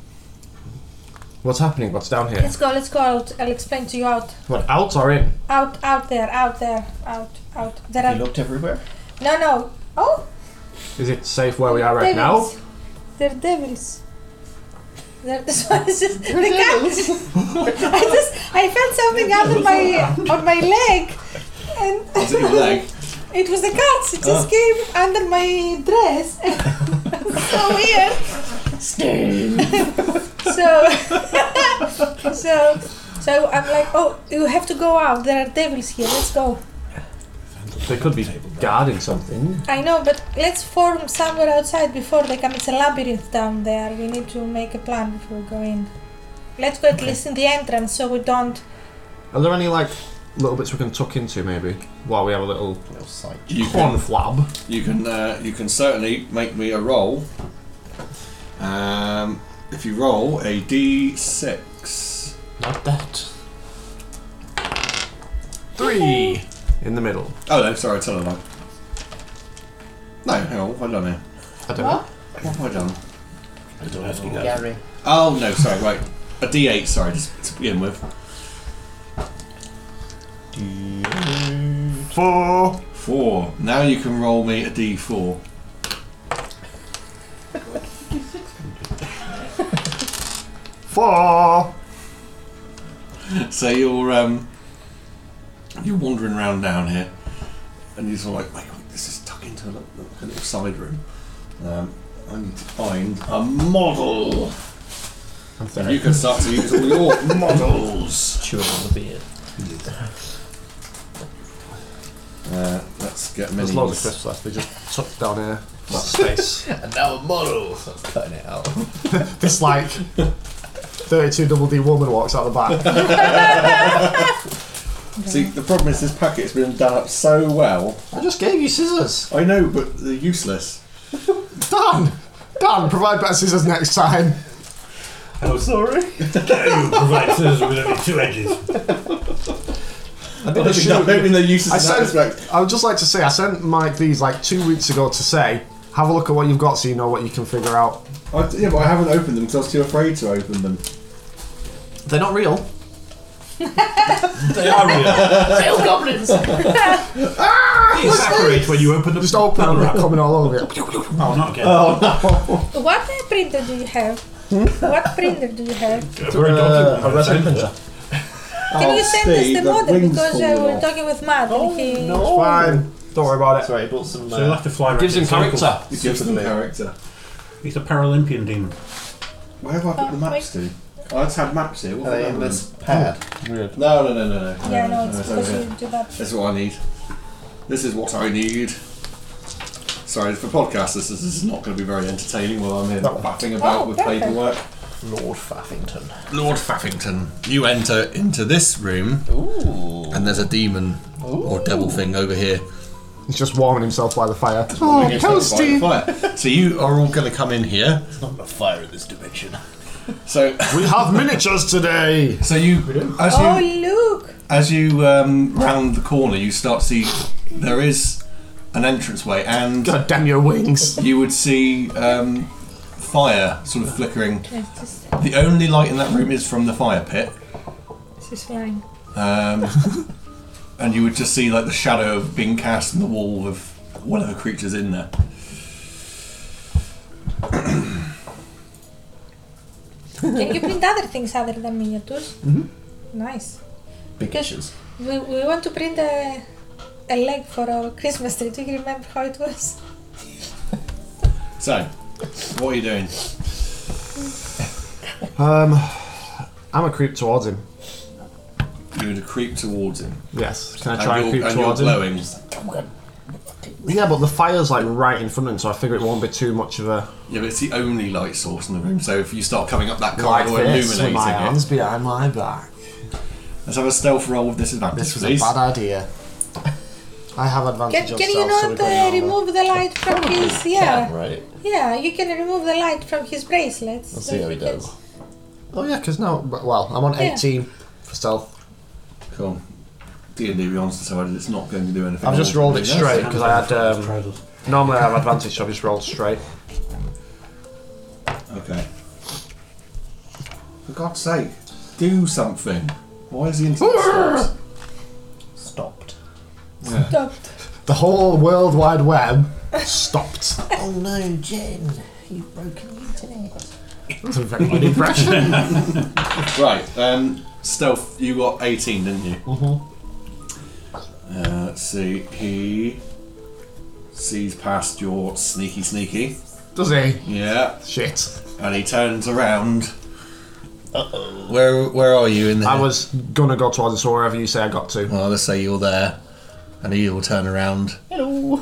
Speaker 3: What's happening? What's down here?
Speaker 2: Let's go, let's go out. I'll explain to you out.
Speaker 3: What, out or in?
Speaker 2: Out, out there, out there, out, out. There
Speaker 5: Have
Speaker 2: are.
Speaker 5: you looked everywhere?
Speaker 2: No, no. Oh!
Speaker 3: Is it safe where we are right now?
Speaker 2: devils. They're devils. They're this one is just the cat. I just I felt something out on my on my leg, and
Speaker 1: Is it your leg? Ah.
Speaker 2: it was the cats. It just came under my dress. so weird. so so so I'm like, oh, you have to go out. There are devils here. Let's go.
Speaker 3: They could be guarding something.
Speaker 2: I know, but let's form somewhere outside before they come. It's a labyrinth down there. We need to make a plan before we go in. Let's go at least in the entrance so we don't.
Speaker 3: Are there any, like, little bits we can tuck into maybe while we have a little
Speaker 5: No sight.
Speaker 1: You can,
Speaker 3: conflab?
Speaker 1: you can, uh, you can certainly make me a roll. Um, if you roll a d6,
Speaker 5: Not that.
Speaker 3: Three! In the middle.
Speaker 1: oh no, sorry, tell a lie. No, hang on, what have I done here?
Speaker 3: I don't know.
Speaker 1: What have I done?
Speaker 4: I don't ask you that.
Speaker 5: Gary.
Speaker 1: Oh no, sorry, right, a d8, sorry, just to begin with.
Speaker 3: Four!
Speaker 1: Four. Now you can roll me a d4.
Speaker 3: Four!
Speaker 1: So you're um, you're wandering around down here, and you're sort of like, wait, wait, this is tucked into a little, a little side room. Um, I need to find a model.
Speaker 3: I'm
Speaker 1: And you can start to use all your models.
Speaker 5: Chewing on the beard.
Speaker 1: Uh, let's get
Speaker 3: There's
Speaker 1: minis.
Speaker 3: loads of crisps left. They just tucked down here. space.
Speaker 5: And now a model. I'm cutting it out.
Speaker 3: this like 32 double D woman walks out the back.
Speaker 1: See, the problem is this packet's been done up so well.
Speaker 3: I just gave you scissors.
Speaker 1: I know, but they're useless.
Speaker 3: Dan! Dan, provide better scissors next time.
Speaker 4: I'm Oh, sorry. you provide scissors with only two edges.
Speaker 3: I
Speaker 1: I
Speaker 3: did
Speaker 1: don't mean they're useless
Speaker 3: I
Speaker 1: in that
Speaker 3: sent,
Speaker 1: respect.
Speaker 3: I would just like to say, I sent Mike these like two weeks ago to say, have a look at what you've got so you know what you can figure out.
Speaker 1: I, yeah, but I haven't opened them because I was too afraid to open them.
Speaker 3: They're not real.
Speaker 4: They are real.
Speaker 5: Tail goblins!
Speaker 4: They separate when you open them.
Speaker 3: Just open them and coming all over it.
Speaker 4: Oh, not again.
Speaker 2: What uh, printer do you have? what printer do you have?
Speaker 4: Very documented.
Speaker 3: a resin printer.
Speaker 2: Can you send
Speaker 1: Steve,
Speaker 2: us the
Speaker 1: the
Speaker 2: model
Speaker 1: wings
Speaker 2: because uh,
Speaker 1: falling
Speaker 2: we're
Speaker 1: off.
Speaker 2: talking with Matt
Speaker 1: Oh,
Speaker 5: Oh,
Speaker 2: and he.
Speaker 3: It's fine. Don't worry about it.
Speaker 5: Sorry, I bought some.
Speaker 4: So you'll
Speaker 1: uh,
Speaker 4: have to fly around
Speaker 6: Gives
Speaker 4: in
Speaker 6: him
Speaker 4: circles.
Speaker 6: character.
Speaker 1: It gives them character.
Speaker 4: He's a Paralympian demon.
Speaker 1: Where have I put the maps to? I just had maps here. What
Speaker 5: Are
Speaker 1: have I
Speaker 5: they
Speaker 1: done
Speaker 5: in
Speaker 1: with them?
Speaker 5: this pad?
Speaker 1: No, no, no, no, no.
Speaker 2: Yeah, no, it's
Speaker 1: over
Speaker 2: because
Speaker 1: here.
Speaker 2: you do that.
Speaker 1: That's what I need. This is what I need. Sorry, for podcasters, this is not going to be very entertaining while I'm here faffing about
Speaker 2: Oh,
Speaker 1: with
Speaker 2: perfect.
Speaker 1: paperwork.
Speaker 5: Lord Faffington.
Speaker 1: Lord Faffington, you enter into this room,
Speaker 5: Ooh.
Speaker 1: and there's a demon or devil thing over here.
Speaker 3: He's just warming himself by the fire. Oh,
Speaker 1: Against that
Speaker 3: toasty.
Speaker 1: fire. So you are all going to come in here.
Speaker 5: There's not enough fire in this dimension.
Speaker 1: So,
Speaker 3: We have miniatures today.
Speaker 1: so you as you
Speaker 2: Oh, look!
Speaker 1: As you um, round the corner, you start to see there is an entranceway, and
Speaker 3: God damn your wings.
Speaker 1: you would see um, fire sort of flickering.
Speaker 2: It's just,
Speaker 1: The only light in that room is from the fire pit,
Speaker 2: she's flying.
Speaker 1: um, and you would just see like the shadow of being cast in the wall of whatever creature's in there.
Speaker 2: Can you print other things other than miniatures? Nice.
Speaker 5: Big issues.
Speaker 2: We, we want to print a, a leg for our Christmas tree. Do you remember how it was?
Speaker 1: So, what are you doing?
Speaker 3: Um, I'm a creep towards him.
Speaker 1: You would creep towards him,
Speaker 3: Yes. Can I
Speaker 1: and
Speaker 3: try
Speaker 1: you're,
Speaker 3: and creep
Speaker 1: and you're
Speaker 3: towards him?
Speaker 1: glowing.
Speaker 3: Yeah, but the fire's like right in front of him, so I figure it won't be too much of a
Speaker 1: Yeah, but it's the only light source in the room. So if you start coming up that
Speaker 3: like
Speaker 1: corridor,
Speaker 3: this with
Speaker 1: illuminating
Speaker 3: my
Speaker 1: it.
Speaker 3: hands behind my back.
Speaker 1: Let's have a stealth roll with disadvantage,
Speaker 3: This was a
Speaker 1: please.
Speaker 3: bad idea. I have
Speaker 2: Can,
Speaker 3: advantage of
Speaker 2: can you
Speaker 3: stealth, so we're
Speaker 2: not
Speaker 3: going
Speaker 2: uh,
Speaker 3: on
Speaker 2: remove the light from his yeah
Speaker 5: Can, right?
Speaker 2: yeah you can remove the light from his bracelets
Speaker 5: Let's see how he does.
Speaker 3: that. Oh yeah, because now, well, I'm on
Speaker 2: Yeah.
Speaker 3: 18 for stealth.
Speaker 1: Cool. D and D Beyond's decided it's not going to do anything.
Speaker 3: I've just
Speaker 1: more
Speaker 3: rolled
Speaker 1: than
Speaker 3: it
Speaker 1: this.
Speaker 3: straight because I had um,
Speaker 4: Trousers.
Speaker 3: Normally I have advantage, so I've just rolled straight.
Speaker 1: Okay. For God's sake, do something. Why is the internet stopped?
Speaker 5: Stopped.
Speaker 1: Yeah.
Speaker 2: Stopped.
Speaker 3: The whole World Wide Web stopped.
Speaker 5: Oh no, Jen! You've broken the internet.
Speaker 3: That's a very good impression.
Speaker 1: Right, um, stealth, you got 18, didn't you?
Speaker 3: Mhm.
Speaker 1: Uh, let's see, he sees past your sneaky sneaky.
Speaker 3: Does he?
Speaker 1: Yeah,
Speaker 3: Shit.
Speaker 1: and he turns around. Uh-oh. Where, where are you in the
Speaker 3: I was gonna go towards this or wherever you say I got to.
Speaker 1: Well, let's say you're there, and he will turn around.
Speaker 5: Hello.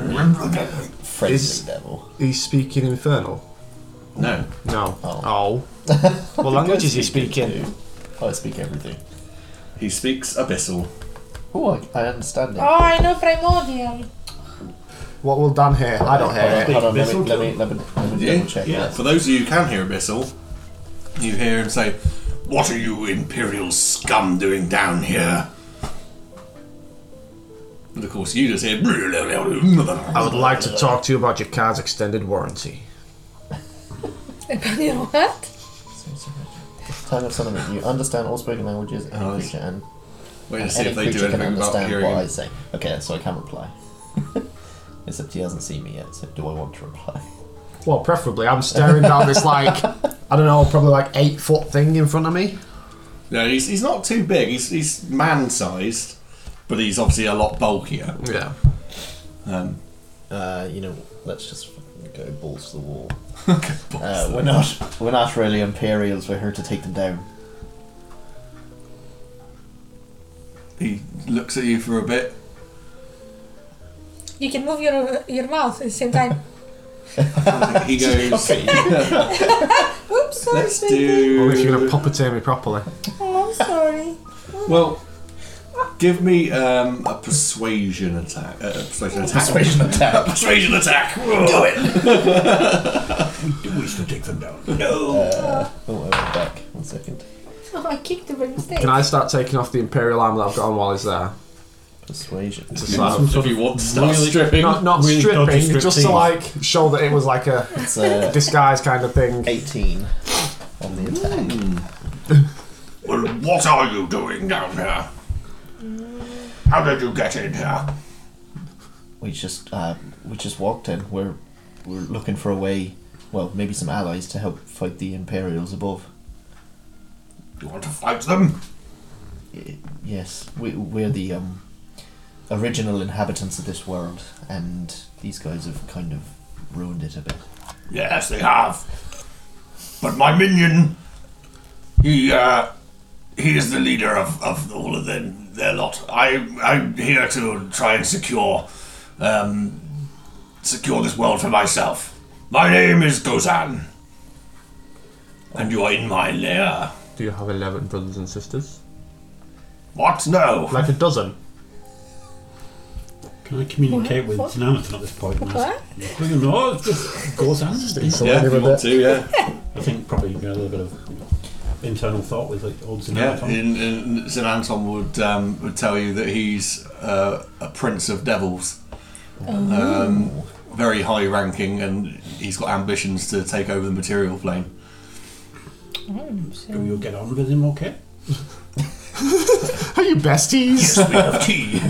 Speaker 5: Friendly
Speaker 3: Is-
Speaker 5: devil.
Speaker 3: He's speaking infernal.
Speaker 1: No.
Speaker 3: No.
Speaker 5: Oh.
Speaker 3: What language is he
Speaker 5: Speak
Speaker 3: speaking?
Speaker 5: it too. I speak everything.
Speaker 1: He speaks abyssal.
Speaker 5: Oh, I, I understand it.
Speaker 2: Oh, I know primordial.
Speaker 3: What will Dan hear? I don't
Speaker 5: Hold on,
Speaker 3: hear it.
Speaker 5: hold on, let me,
Speaker 4: Missile
Speaker 5: let me, let me, let me
Speaker 1: Yeah.
Speaker 5: double check
Speaker 4: Yeah.
Speaker 5: that.
Speaker 1: For those of you who can hear abyssal, you hear him say, "What are you imperial scum doing down here?" And of course, you just hear.
Speaker 3: I would like to talk to you about your car's extended warranty.
Speaker 2: Depending on what?
Speaker 5: Time of settlement. You understand all spoken languages, any
Speaker 1: Oh, it's-
Speaker 5: creature, and
Speaker 1: Wait to see
Speaker 5: any
Speaker 1: if they do
Speaker 5: creature can
Speaker 1: anything about
Speaker 5: understand
Speaker 1: hearing.
Speaker 5: what I
Speaker 1: him.
Speaker 5: say. Okay, so I can reply. Except he hasn't seen me yet, so do I want to reply?
Speaker 3: Well, preferably, I'm staring down this like I don't know, probably like eight foot thing in front of me.
Speaker 1: No, he's, he's not too big. He's he's man-sized, but he's obviously a lot bulkier.
Speaker 3: Yeah.
Speaker 1: Um,
Speaker 5: Uh, you know, let's just fucking go balls to the wall. Uh, we're not, we're not really Imperials. We're here to take them down.
Speaker 1: he looks at you for a bit.
Speaker 2: You can move your your mouth at the same time.
Speaker 1: He goes.
Speaker 2: Oops, sorry,
Speaker 1: Let's
Speaker 2: baby.
Speaker 1: do.
Speaker 3: Only if you're gonna puppeteer me properly.
Speaker 2: Oh, I'm sorry.
Speaker 1: Well, give me um, a persuasion attack. Uh, a persuasion attack.
Speaker 5: Persuasion
Speaker 1: A
Speaker 5: attack.
Speaker 1: persuasion attack. Do it.
Speaker 4: We should take them down.
Speaker 1: No.
Speaker 5: Oh, I went back. One second.
Speaker 2: Oh, I kicked the by mistake.
Speaker 3: Can I start taking off the imperial armor that I've got on while he's there?
Speaker 5: Persuasion.
Speaker 3: To
Speaker 1: You
Speaker 3: start-
Speaker 1: want- if you want to start stripping.
Speaker 3: Not, not
Speaker 4: Really
Speaker 3: stripping,
Speaker 4: dodgy
Speaker 3: just to
Speaker 4: striptease.
Speaker 3: like show that it was like a
Speaker 5: It's uh,
Speaker 3: disguise kind of thing.
Speaker 5: 18 on the attack.
Speaker 1: Well, what are you doing down here? How did you get in here?
Speaker 5: We just uh, we just walked in. We're we're looking for a way. Well, maybe some allies to help fight the Imperials above.
Speaker 1: You want to fight them?
Speaker 5: Y- Yes, we, we're the um, original inhabitants of this world, and these guys have kind of ruined it a bit.
Speaker 1: Yes, they have. But my minion, he uh, he is the leader of, of all of them. Their lot. I I'm here to try and secure um, secure this world for myself. My name is Gozan, and you are in my lair.
Speaker 3: Do you have 11 brothers and sisters?
Speaker 1: What? No.
Speaker 3: Like a dozen?
Speaker 4: Can I communicate with
Speaker 2: What?
Speaker 4: Xanathon at this point? and ask-
Speaker 2: What?
Speaker 4: I don't know, it's just goes on.
Speaker 1: Yeah, if you want to, yeah,
Speaker 4: I think probably you know, a little bit of internal thought with like old
Speaker 1: yeah.
Speaker 4: Xanathon.
Speaker 1: And, and St. Anton would um, would tell you that he's uh, a prince of devils. Um, very high ranking, and he's got ambitions to take over the material plane.
Speaker 2: Mm, so-
Speaker 4: Can we all get on with him okay?
Speaker 3: Are you besties?
Speaker 1: We have tea.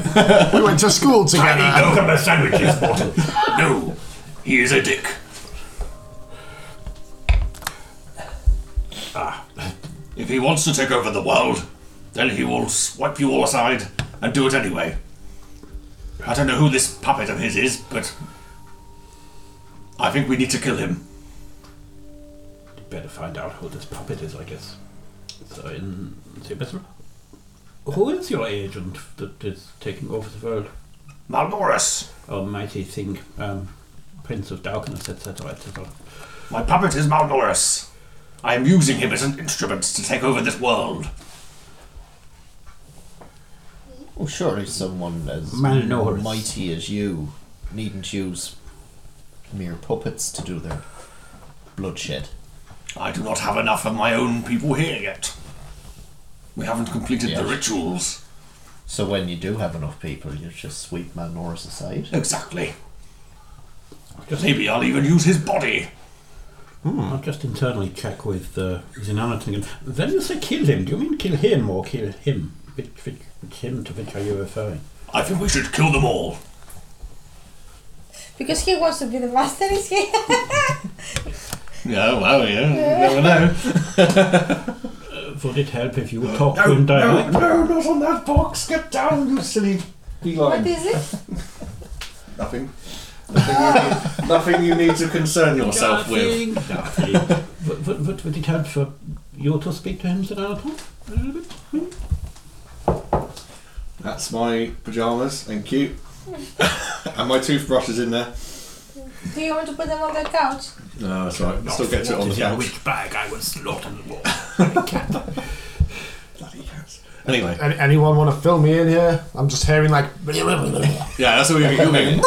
Speaker 3: we went to school together.
Speaker 1: no cucumber sandwiches, Morton. No, he is a dick. Ah, if he wants to take over the world, then he will swipe you all aside and do it anyway. I don't know who this puppet of his is, but I think we need to kill him.
Speaker 4: Better find out who this puppet is, I guess. So in say better. Who is your agent that is taking over the world?
Speaker 1: Malmorus,
Speaker 4: Almighty thing, um, Prince of Darkness, etc., etc.
Speaker 1: my puppet is Malmorus. I am using him as an instrument to take over this world.
Speaker 5: Well, surely someone as
Speaker 4: Man knows.
Speaker 5: mighty as you needn't use mere puppets to do their bloodshed.
Speaker 1: I do not have enough of my own people here yet. We haven't completed the
Speaker 5: Yes.
Speaker 1: rituals.
Speaker 5: So when you do have enough people, you just sweep Malnorus aside.
Speaker 1: Exactly. Because maybe I'll even use his body.
Speaker 4: I'll just internally check with uh, Zenana thinking, Then you say kill him. Do you mean kill him or kill him? Which, which, which him to which are you referring?
Speaker 1: I think we should kill them all.
Speaker 2: Because he wants to be the master, is he?
Speaker 1: Yeah, well, yeah. You never know.
Speaker 4: Uh, would it help if you would talk to him directly?
Speaker 1: no, not on that box. Get down, you silly
Speaker 2: what
Speaker 1: feline.
Speaker 2: is it?
Speaker 1: Nothing. Nothing you, need, nothing you need to concern yourself with.
Speaker 4: Nothing, nothing. Would- would, would, would it help for you to speak to him, Zenana? A little bit?
Speaker 1: That's my pyjamas. Thank you. and my toothbrush is in there.
Speaker 2: Do you want to put them on the couch?
Speaker 1: No, that's right.
Speaker 4: Not
Speaker 1: Still get to it
Speaker 4: what
Speaker 1: on the
Speaker 4: is in
Speaker 1: couch.
Speaker 4: Which bag I will slaughter the wall.
Speaker 1: Bloody cats. Anyway,
Speaker 3: Any, anyone want to fill me in here? I'm just hearing like.
Speaker 1: yeah, that's what you're doing.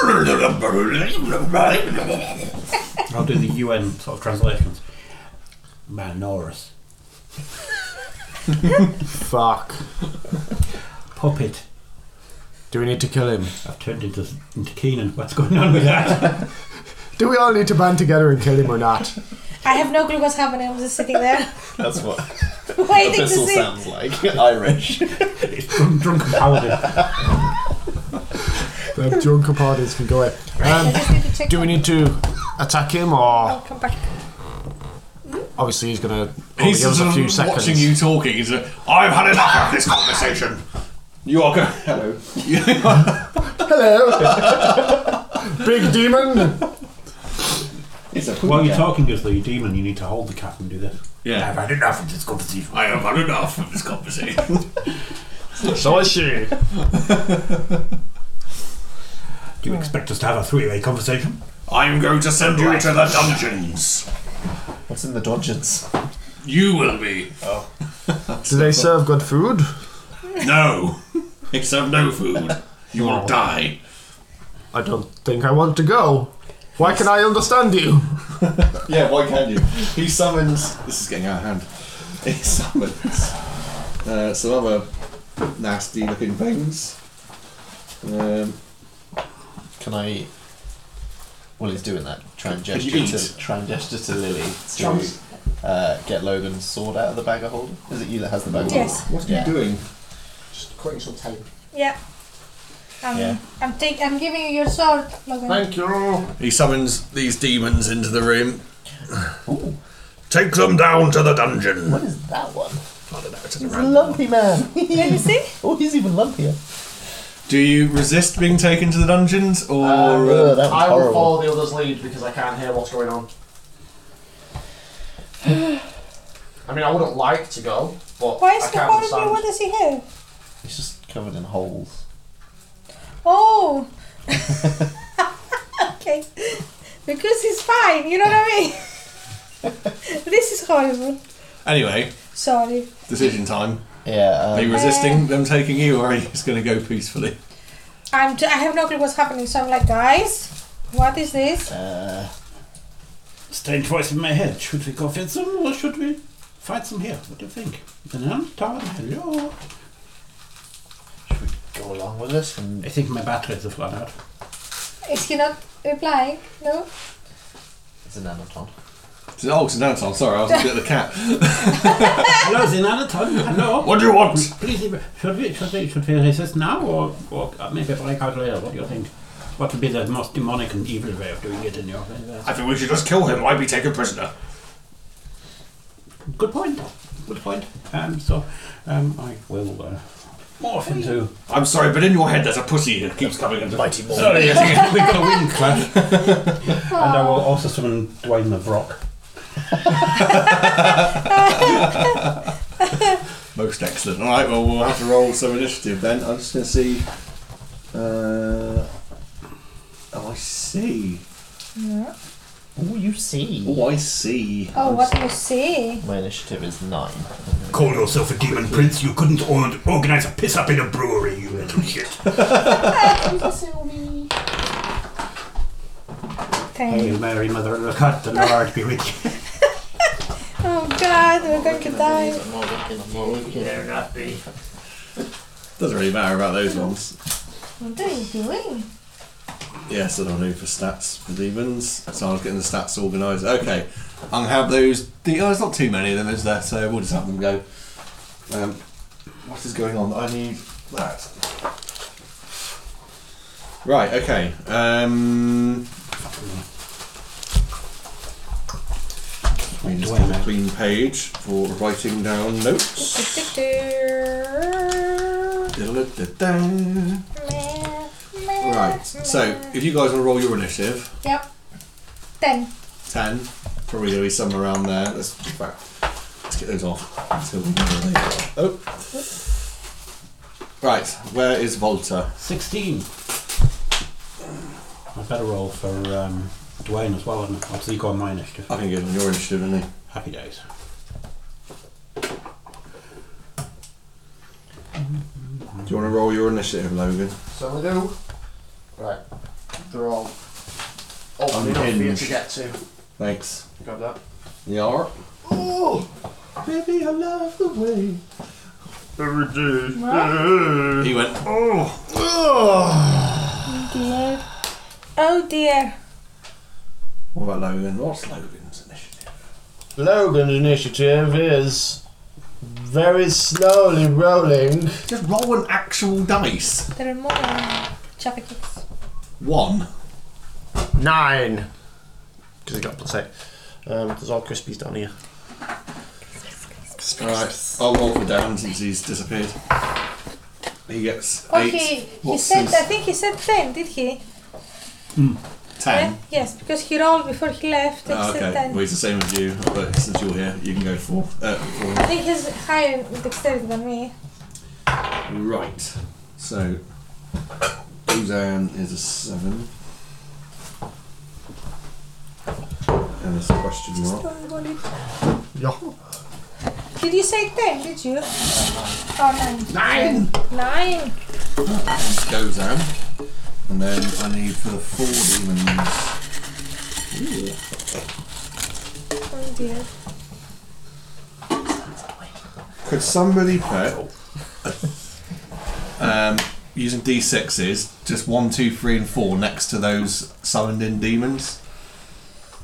Speaker 4: I'll do the UN sort of translations. Malnorus.
Speaker 3: Fuck.
Speaker 4: Puppet.
Speaker 3: Do we need to kill him?
Speaker 4: I've turned into, into Keenan. What's going on with that?
Speaker 3: Do we all need to band together and kill him or not?
Speaker 2: I have no clue what's happening. I'm just sitting there
Speaker 6: That's what
Speaker 2: waiting to
Speaker 6: Bissell
Speaker 2: see.
Speaker 6: sounds like. Irish.
Speaker 4: it's drunk, drunken paladin.
Speaker 3: the drunken parties can go away.
Speaker 2: I
Speaker 3: Um,
Speaker 2: just need to check.
Speaker 3: do we need to attack him or?
Speaker 2: I'll come back.
Speaker 3: Obviously, he's gonna. Only
Speaker 1: He's
Speaker 3: give us
Speaker 1: just
Speaker 3: a few
Speaker 1: watching
Speaker 3: seconds.
Speaker 1: you talking. He's like, I've had enough of this conversation. You are going. Hello. You are-
Speaker 3: Hello, big demon.
Speaker 1: it's a
Speaker 4: While you're talking as the demon, you need to hold the cat and do this.
Speaker 1: Yeah.
Speaker 4: I've had enough of this conversation.
Speaker 1: I have had enough of this conversation.
Speaker 3: So is she.
Speaker 4: Do you expect us to have a three-way conversation?
Speaker 1: I'm going to send you to the dungeons.
Speaker 5: What's in the dodges?
Speaker 1: You will be.
Speaker 3: Do they serve good food?
Speaker 1: No. Except no food. You will die.
Speaker 3: I don't think I want to go. Why can I understand you?
Speaker 1: Yeah, why can't you? He summons. This is getting out of hand. He summons uh, some other nasty looking things. Um,
Speaker 5: Can I? Well, he's doing that. Try and
Speaker 1: Could you
Speaker 5: gesture
Speaker 1: eat?
Speaker 5: to try and gesture to Lily to
Speaker 1: Chums.
Speaker 5: uh, get Logan's sword out of the bag of holding. Is it you that has the bag? of
Speaker 2: Yes.
Speaker 1: what are
Speaker 5: Yeah.
Speaker 1: you doing?
Speaker 6: Just quoting some tape.
Speaker 2: Yeah. I'm,
Speaker 5: Yeah.
Speaker 2: I'm taking. I'm giving you your sword, Logan.
Speaker 3: you.
Speaker 1: He summons these demons into the room.
Speaker 5: holding? Ooh,
Speaker 1: Take them down to the dungeon.
Speaker 5: what is that one?
Speaker 1: I don't know, it's
Speaker 5: He's
Speaker 1: a
Speaker 5: a
Speaker 1: random-
Speaker 5: lumpy man.
Speaker 2: Let me see.
Speaker 5: oh, he's even lumpier.
Speaker 1: Do you resist being taken to the dungeons, or
Speaker 5: Uh,
Speaker 1: um,
Speaker 5: that was horrible.
Speaker 3: the others' lead because I can't hear what's going on. I mean, I wouldn't like to go, but
Speaker 2: Why is he holding me? What does he have?
Speaker 5: He's just covered in holes.
Speaker 2: Oh. okay. Because he's fine. You know what I mean. this is horrible.
Speaker 1: anyway?
Speaker 2: Sorry.
Speaker 1: Decision time.
Speaker 5: Yeah.
Speaker 1: Are
Speaker 5: Um,
Speaker 1: you resisting them taking you, or are you just going to go peacefully?
Speaker 2: I'm. T- I have no clue what's happening. So I'm like, guys, what is this?
Speaker 5: uh,
Speaker 4: Strange voice in my head. Should we go fight some or should we fight some here? What do you think? Then Tom, hello.
Speaker 5: should we go along with this? And
Speaker 4: I think my batteries have run out.
Speaker 2: Is he not replying? No.
Speaker 5: it's an anaton.
Speaker 1: Oh, it's an outside. Sorry, I was looking at the cat.
Speaker 4: hello, Zenana, Tom. Hello.
Speaker 1: What do you want?
Speaker 4: Please, should we, should we, should we resist now or, or maybe break out later? What do you think? What would be the most demonic and evil way of doing it in your opinion?
Speaker 1: I think we should just kill him. Why be taken prisoner?
Speaker 4: Good point. Good point. Um, so um, I will uh, morph into.
Speaker 1: I'm sorry, but in your head there's a pussy that keeps coming into
Speaker 5: Mighty Morphin.
Speaker 4: Sorry, I think we've got a wind clash. and I will also summon Dwayne the Rock.
Speaker 1: Most excellent. All right, well, we'll have to roll some initiative then. I'm just going to see. Uh, oh, I see.
Speaker 2: No.
Speaker 5: Oh, you see.
Speaker 1: Oh, I see.
Speaker 2: Oh, what do you see?
Speaker 5: My initiative is nine.
Speaker 4: Call yourself a demon prince? You couldn't organize a piss up in a brewery, you little shit.
Speaker 2: Thank
Speaker 4: Hail Mary, Mother of God, the Lord be with you.
Speaker 2: Oh God, we're going to die.
Speaker 5: I'm not looking, I'm not looking.
Speaker 4: not be.
Speaker 6: Doesn't really matter about those ones.
Speaker 2: What are you doing?
Speaker 6: Yes, I don't know for stats for demons. So I was getting the stats organised. Okay, I'm gonna have those. The, oh, there's not too many of them, is there? So we'll just have them go. Um, what is going on? I need that. Right. Okay. Um, we just have a clean page for writing down notes. Da-da-da-da. Right. So if you guys want to roll your initiative.
Speaker 2: Yep. Ten.
Speaker 6: 10. Probably going to be somewhere around there. Let's, in fact, let's get those off. Let's see what we can do with these. Oh. Right, where is Volta?
Speaker 4: 16. I better roll for um, Dwayne as well, and I'll go on my initiative.
Speaker 6: I think it's on your initiative, isn't he?
Speaker 4: Happy days.
Speaker 6: Do you want to roll your initiative, Logan?
Speaker 7: So we do. Right. They're all
Speaker 3: Oh,
Speaker 7: open enough for you
Speaker 6: Unhinged.
Speaker 7: to get to.
Speaker 6: Thanks.
Speaker 7: Grab that.
Speaker 6: You are.
Speaker 7: Ooh!
Speaker 6: Baby, I love the way. He went,
Speaker 2: Dear. Oh dear.
Speaker 6: What about Logan? What's Logan's initiative?
Speaker 5: Logan's initiative is very slowly rolling.
Speaker 6: Just roll an actual dice.
Speaker 2: There are more chapter kicks.
Speaker 6: One.
Speaker 5: Nine. Because it got plus eight. Um, there's all crispies down here.
Speaker 6: Alright, I'll roll for Dan since he's disappeared. He gets
Speaker 2: Oh,
Speaker 6: eight.
Speaker 2: he, he
Speaker 6: What's
Speaker 2: said,
Speaker 6: his-
Speaker 2: I think he said 10, did he?
Speaker 6: ten.
Speaker 2: Yeah? Yes, because he rolled before he left. and
Speaker 6: Oh,
Speaker 2: said
Speaker 6: okay,
Speaker 2: 10.
Speaker 6: well, he's the same as you, but since you're here, you can go for. Uh,
Speaker 2: I
Speaker 6: for
Speaker 2: think he's higher dexterity than me.
Speaker 6: right. So, Ozan is a seven. And there's a question mark.
Speaker 2: Did you say 10, did you? Oh, nine. Nine!
Speaker 6: Gozan. And then I need for the four demons. Ooh.
Speaker 2: Oh dear.
Speaker 6: Could somebody put um, using d6s just one, two, three, and four next to those summoned in demons?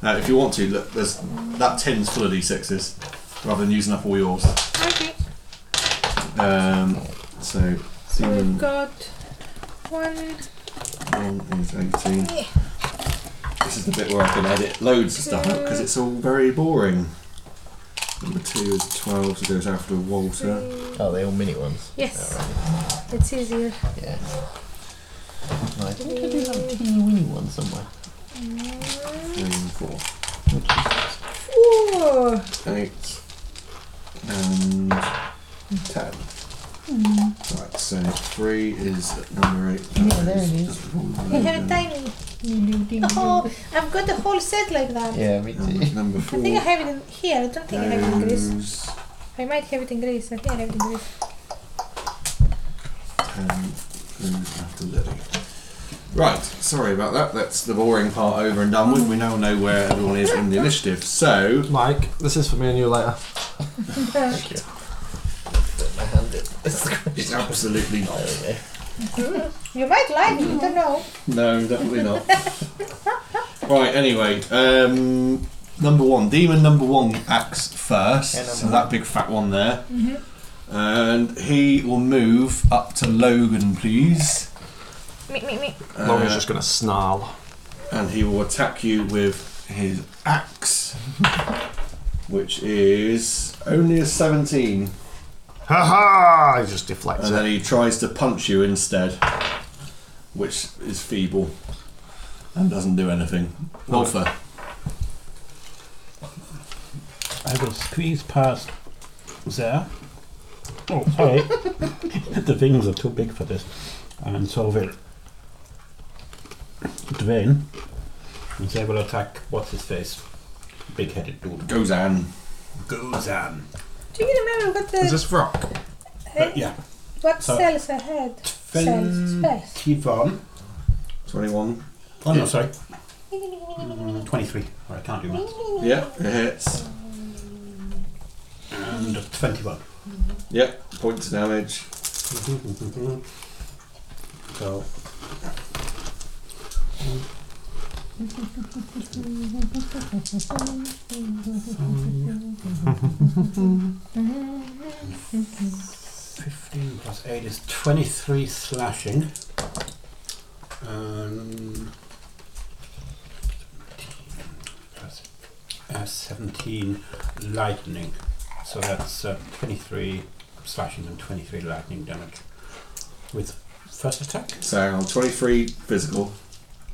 Speaker 6: Uh, if you want to, look, there's that tin's full of d6s rather than using up all yours.
Speaker 2: Okay,
Speaker 6: Um, so
Speaker 2: so we've
Speaker 6: demon
Speaker 2: got one,
Speaker 6: one is 18. This is the bit where I can edit loads of stuff out because it's all very boring. Number two is 12, so it goes after Walter.
Speaker 2: two.
Speaker 5: Oh, they all mini ones.
Speaker 2: Yes, it's easier.
Speaker 5: Yeah. I think I do have teeny weeny ones somewhere.
Speaker 6: Three and four.
Speaker 2: Ooh,
Speaker 6: eight and ten. Right, so three is at number eight.
Speaker 5: Yeah, there it is.
Speaker 2: we have a tiny. Oh, I've got a whole set like that.
Speaker 5: Yeah, me too.
Speaker 6: Number, number four.
Speaker 2: I think I have it in here. I don't think I have it in Greece.
Speaker 6: goes
Speaker 2: I might have it in Greece. I think I have it in Greece.
Speaker 6: ten goes after Lily. Right, sorry about that. That's the boring part over and done with. We now know where everyone is in the initiative. So,
Speaker 3: Mike, this is for me and you later.
Speaker 5: I hand it.
Speaker 6: it's absolutely not.
Speaker 2: You might like it. I don't know.
Speaker 6: No, definitely not. right, anyway, um, number one, demon number one acts first,
Speaker 5: Yeah, number
Speaker 6: so that big fat one there. And he will move up to Logan, please.
Speaker 2: Me, me, me.
Speaker 3: Logan's
Speaker 6: Uh,
Speaker 3: just gonna snarl.
Speaker 6: And he will attack you with his axe, which is only a 17.
Speaker 3: Ha ha! He just deflects
Speaker 6: And then
Speaker 3: it.
Speaker 6: he tries to punch you instead, which is feeble and doesn't do anything. Wolfer.
Speaker 4: I will squeeze past there. Oh, sorry. the wings are too big for this. And so will Dwayne. And they will attack what's his face? Big headed dude.
Speaker 6: Gozan.
Speaker 4: Gozan.
Speaker 2: Do you remember what the
Speaker 3: Is this rock?
Speaker 4: But yeah.
Speaker 2: what
Speaker 4: so-
Speaker 2: cells I had? Cells, space.
Speaker 4: Tivon.
Speaker 6: 21.
Speaker 4: Oh no, sorry. Mm, 23. Oh, I can't do maths.
Speaker 6: Yeah, it hits.
Speaker 4: And 21.
Speaker 6: Yep, points of damage.
Speaker 4: so. Fifteen plus eight is twenty-three slashing. And plus uh, seventeen lightning. So that's uh, twenty-three slashing and twenty-three lightning damage. With first attack.
Speaker 6: So 23 physical.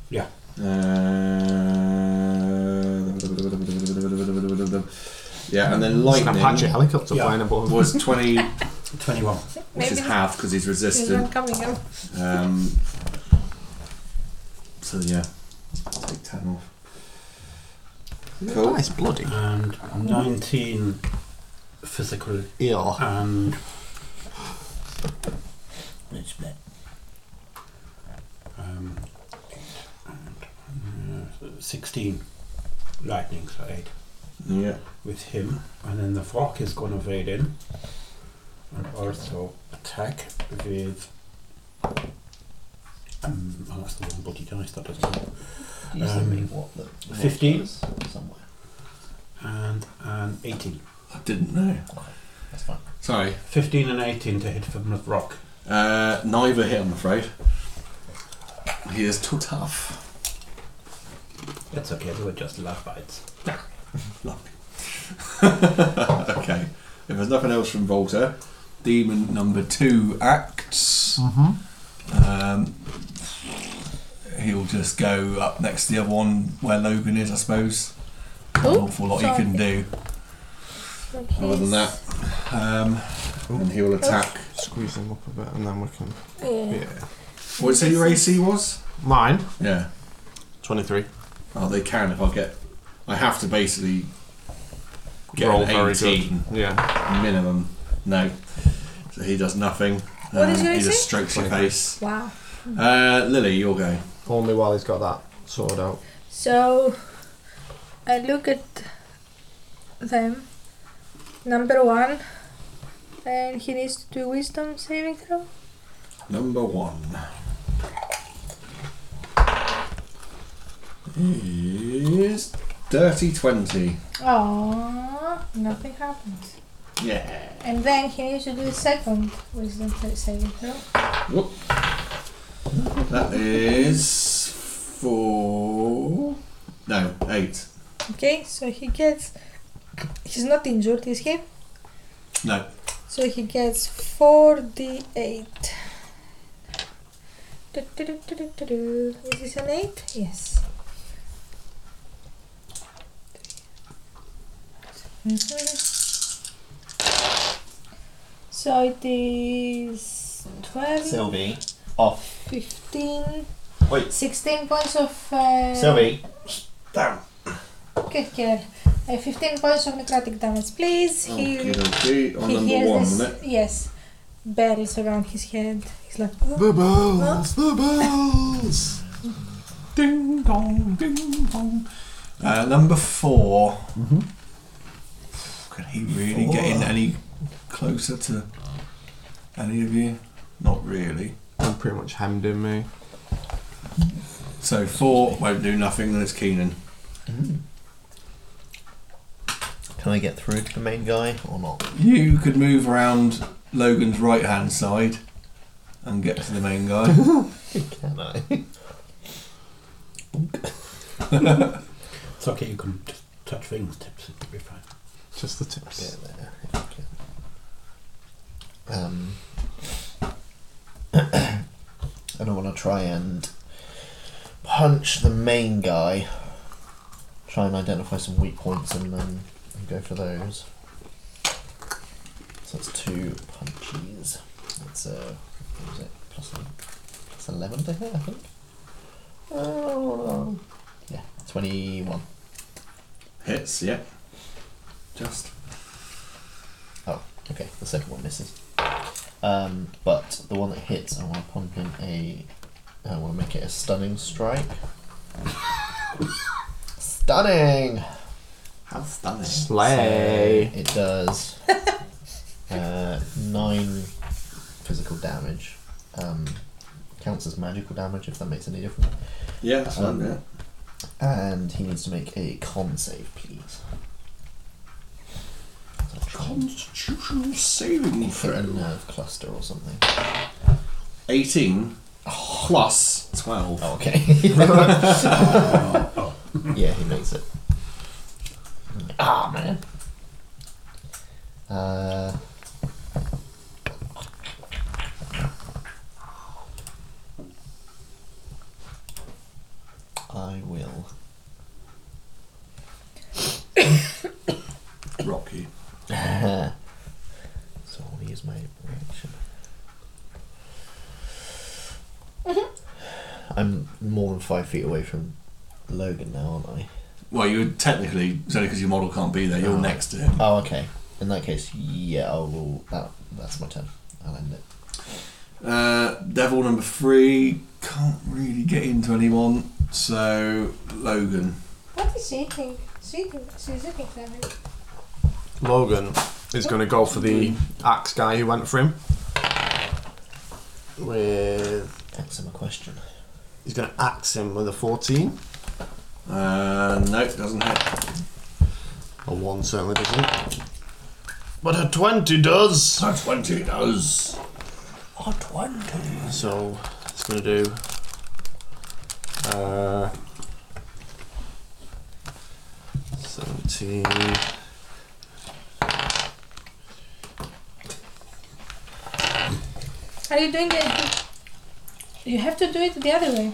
Speaker 4: Yeah.
Speaker 6: Uh, yeah, and then
Speaker 3: It's an Apache
Speaker 6: lightning
Speaker 3: helicopter
Speaker 4: Yeah.
Speaker 3: flying above.
Speaker 6: was 20,
Speaker 4: Twenty-one.
Speaker 6: which is
Speaker 2: Maybe
Speaker 6: half because he's
Speaker 2: There's
Speaker 6: resistant.
Speaker 2: one coming up.
Speaker 6: Um, so yeah, take 10 off. Cool.
Speaker 3: Nice bloody.
Speaker 4: and 19 physical
Speaker 3: Eel.
Speaker 4: and
Speaker 5: It's bad.
Speaker 4: um, and, uh, 16 lightning so 8
Speaker 6: Yeah.
Speaker 4: with him and then the rock is going to wade in and also attack with um, oh, that's the wrong bloody dice that doesn't help.
Speaker 5: You
Speaker 4: Um,
Speaker 5: sent me what? The, the
Speaker 4: 15?
Speaker 5: watch was Somewhere.
Speaker 4: and and 18
Speaker 6: I didn't know.
Speaker 5: That's fine.
Speaker 6: Sorry.
Speaker 4: 15 and 18 to hit from the rock
Speaker 6: Uh, neither hit, I'm afraid. He is too tough.
Speaker 4: that's okay they were just love bites
Speaker 6: Lovely. okay. If there's nothing else from Volta, demon number two acts. Um, he'll just go up next to the other one where Logan is, I suppose. Not An
Speaker 2: Oh,
Speaker 6: awful lot
Speaker 2: sorry.
Speaker 6: you can do. Other than that, um, and he will attack.
Speaker 3: Squeeze them up a bit and then we can.
Speaker 2: Yeah.
Speaker 3: Yeah.
Speaker 6: What did you say your AC was?
Speaker 3: Mine.
Speaker 6: Yeah.
Speaker 3: 23.
Speaker 6: Oh, they can if I get. I have to basically get
Speaker 3: Roll
Speaker 6: an
Speaker 3: very
Speaker 6: 18
Speaker 3: Yeah.
Speaker 6: minimum. No. So he does nothing.
Speaker 2: What is
Speaker 6: Um,
Speaker 2: your
Speaker 6: he
Speaker 2: AC?
Speaker 6: just strokes your face.
Speaker 2: Wow.
Speaker 6: Uh, Lily, you're going.
Speaker 3: Only while he's got that sword out.
Speaker 2: So I look at them. Number one, and he needs to do wisdom saving throw.
Speaker 6: Number one. Is dirty 20.
Speaker 2: Oh, nothing happens.
Speaker 6: Yeah.
Speaker 2: And then he needs to do the second wisdom sa- saving throw.
Speaker 6: Whoop. That is four. No, eight.
Speaker 2: Okay, so he gets. He's not injured, is he?
Speaker 6: No.
Speaker 2: So he gets 48. Du-du-du-du-du-du. Is this an 8? Yes. Mhm. So it is 12,
Speaker 5: Sylvie, off.
Speaker 2: 15,
Speaker 5: Wait.
Speaker 2: 16 points of. Uh,
Speaker 5: Sylvie,
Speaker 2: Good girl. Uh, 15 points of necrotic damage, please. He,
Speaker 6: Okey-dokey. On
Speaker 2: he
Speaker 6: number
Speaker 2: hears
Speaker 6: one,
Speaker 2: this.
Speaker 6: wasn't it?
Speaker 2: Yes. Bells around his head. He's like. "Oh."
Speaker 3: The bells, the bells.
Speaker 6: Ding dong, ding dong. Uh, number 4 Could he really get in any closer to any of you? Not really.
Speaker 3: I'm pretty much hemmed in me.
Speaker 6: So four won't do nothing, then it's Keenan.
Speaker 5: can I get through to the main guy or not?
Speaker 6: You could move around Logan's right hand side and get to the main guy.
Speaker 5: Can I?
Speaker 4: it's okay you can just touch fingertips it'll be fine
Speaker 3: Just the tips.
Speaker 5: Get there, if you can. Um, and I want to try and punch the main guy. Try and identify some weak points and then go for those. So that's two punches. That's uh, what was it? Plus, plus 11 to hit, I think. Oh, yeah, 21.
Speaker 6: Hits, yeah. Just.
Speaker 5: Oh, okay. The second one misses. Um, but the one that hits, I want to pump in a. I want to make it a stunning strike. stunning.
Speaker 6: How stunning.
Speaker 5: So
Speaker 3: Slay.
Speaker 5: it does. uh, nine physical damage um, counts as magical damage if that makes any difference.
Speaker 6: Yeah, that's fine,
Speaker 5: Um,
Speaker 6: yeah.
Speaker 5: And he needs to make a con save, please.
Speaker 6: Constitutional saving
Speaker 5: Hit a
Speaker 6: throw.
Speaker 5: nerve cluster or something.
Speaker 6: 18 plus 12.
Speaker 5: Oh, okay. Oh, yeah, he makes it. Ah, man. Uh, I will.
Speaker 6: Rocky.
Speaker 5: so I'll use my reaction. I'm more than five feet away from Logan now, aren't I?
Speaker 6: Well, you would technically, it's only because your model can't be there, you're
Speaker 5: Oh.
Speaker 6: next to him.
Speaker 5: Oh, okay. In that case, yeah, I will. That, that's my turn. I'll end it.
Speaker 6: Uh, devil number three, can't really get into anyone, so Logan.
Speaker 2: What is she eating? She eating, she's eating something.
Speaker 3: Logan is going to go for the axe guy who went for him. With
Speaker 5: Answer my question.
Speaker 3: he's going to axe him with a fourteen.
Speaker 6: Uh, nope, doesn't hit.
Speaker 3: A one certainly doesn't. But a twenty does.
Speaker 6: So 20 does.
Speaker 5: Oh, 20.
Speaker 3: So it's going to do. Uh, Seventeen.
Speaker 2: Are you doing it? You have to do it the other way.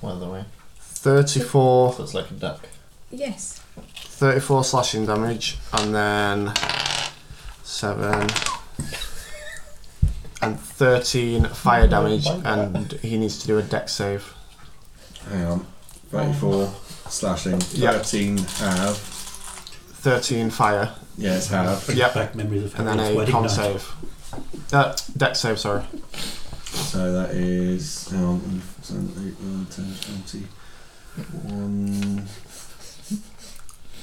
Speaker 5: One other way.
Speaker 3: 34
Speaker 5: So it's like a duck.
Speaker 2: Yes.
Speaker 3: 34 slashing damage and then 7 and 13 fire damage and he needs to do a deck save
Speaker 6: Hang on. 34 slashing,
Speaker 3: Yeah.
Speaker 6: 13 half.
Speaker 3: 13 fire
Speaker 6: Yeah, it's half.
Speaker 4: Brings
Speaker 3: Yep.
Speaker 4: back memories of
Speaker 3: and then
Speaker 4: Harold's
Speaker 3: a
Speaker 4: wedding
Speaker 3: con
Speaker 4: night.
Speaker 3: save uh, deck save sorry
Speaker 6: So that is. Hang on. 7, 8, 9, 10, 20. 1.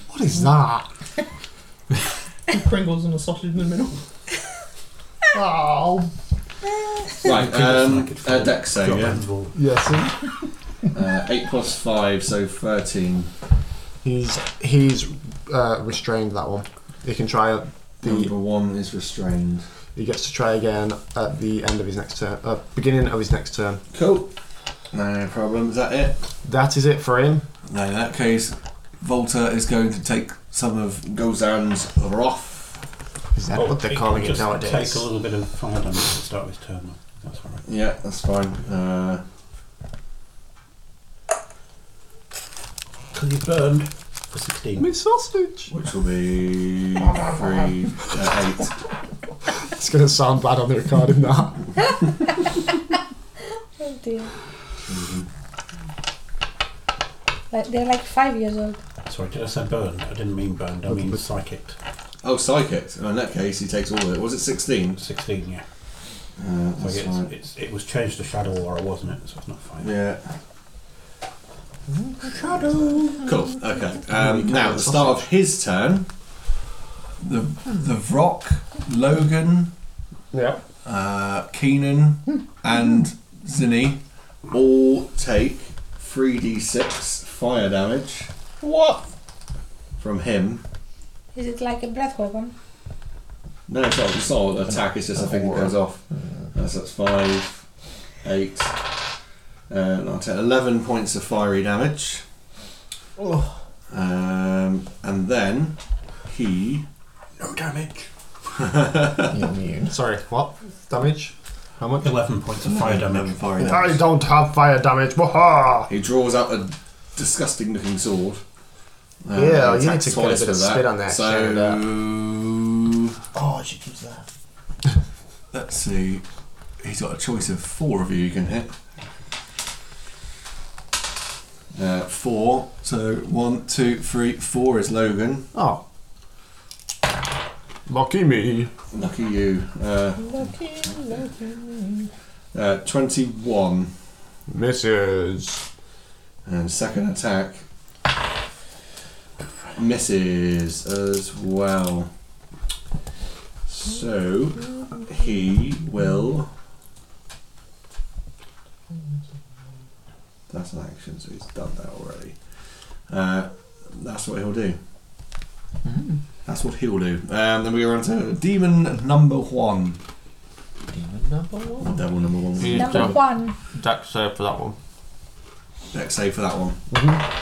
Speaker 3: what is that
Speaker 5: Pringles and a sausage in the middle.
Speaker 3: oh
Speaker 6: Right, um,
Speaker 4: Like it
Speaker 6: uh, deck save,
Speaker 4: Drop
Speaker 6: yeah.
Speaker 4: handball.
Speaker 3: yes
Speaker 6: Uh, 8 plus 5, so 13.
Speaker 3: he's he's uh, restrained that one he can try the
Speaker 6: Number 1 is restrained.
Speaker 3: he gets to try again at the end of his next turn uh, beginning of his next turn
Speaker 6: Cool. No problem. Is that it?
Speaker 3: that is it for him
Speaker 6: No, in that case, Volta is going to take some of Gozan's wrath.
Speaker 3: is that
Speaker 4: Oh,
Speaker 3: what they're
Speaker 4: it
Speaker 3: calling
Speaker 4: can
Speaker 3: it
Speaker 4: just
Speaker 3: nowadays
Speaker 4: Take a little bit of fire damage to start with turn one. That's alright.
Speaker 6: Yeah, that's fine. Uh,
Speaker 4: Because you burned for 16.
Speaker 3: Miss sausage.
Speaker 6: which will be 3, uh, 8.
Speaker 3: It's gonna sound bad on the recording now.
Speaker 2: Oh dear.
Speaker 6: Mm-hmm.
Speaker 2: Like, they're like five years old.
Speaker 4: Sorry, did I say burned? I didn't mean burned, I mean psychic.
Speaker 6: Oh, psychic. Well, in that case, he takes all of it. Was it 16?
Speaker 4: 16, yeah.
Speaker 6: Uh,
Speaker 4: So it's, it's, it was changed to shadow aura, wasn't it? So it's not fire.
Speaker 6: Yeah.
Speaker 4: Shadow!
Speaker 6: Cool. Okay. Um, now, at the start of his turn, the the Vrock, Logan,
Speaker 3: Yep.
Speaker 6: uh, Keenan, and Zinni all take 3d6 fire damage. What? From him.
Speaker 2: Is it like a breath weapon?
Speaker 6: No, it's not, it's not an attack, it's just a thing that goes off. That's, that's 5, 8, uh, nine, 10, 11 points of fiery damage. Um, and then he.
Speaker 4: No damage!
Speaker 5: You're immune.
Speaker 3: Sorry, what? Damage? How much?
Speaker 4: 11 points of fire damage.
Speaker 6: Fiery
Speaker 3: I
Speaker 6: damage.
Speaker 3: don't have fire damage. Waha!
Speaker 6: He draws out a disgusting looking sword. Uh,
Speaker 3: Yeah, well,
Speaker 6: and
Speaker 3: you need to
Speaker 6: attacks
Speaker 3: get a
Speaker 6: twice
Speaker 3: bit of
Speaker 6: with that.
Speaker 3: spit on that, shine it
Speaker 6: So
Speaker 5: Oh, I should use that.
Speaker 6: let's see. He's got a choice of four of you you can hit. Uh, four. So one, two, three, four is Logan.
Speaker 3: Oh. Lucky me.
Speaker 6: Lucky you. Uh,
Speaker 2: Lucky, lucky.
Speaker 6: uh, Twenty-one.
Speaker 3: Misses.
Speaker 6: And second attack misses as well.
Speaker 1: So he will. That's an action, so he's done that already. Uh, that's what he'll do.
Speaker 5: Mm-hmm.
Speaker 1: That's what he'll do. Um, then we go on to demon number one.
Speaker 5: Demon number
Speaker 1: Or
Speaker 5: one.
Speaker 1: devil number one.
Speaker 8: Yeah.
Speaker 2: Number
Speaker 8: done.
Speaker 2: one.
Speaker 8: Deck
Speaker 3: uh,
Speaker 8: save for that one.
Speaker 1: Dex save for that one.
Speaker 5: Mm-hmm.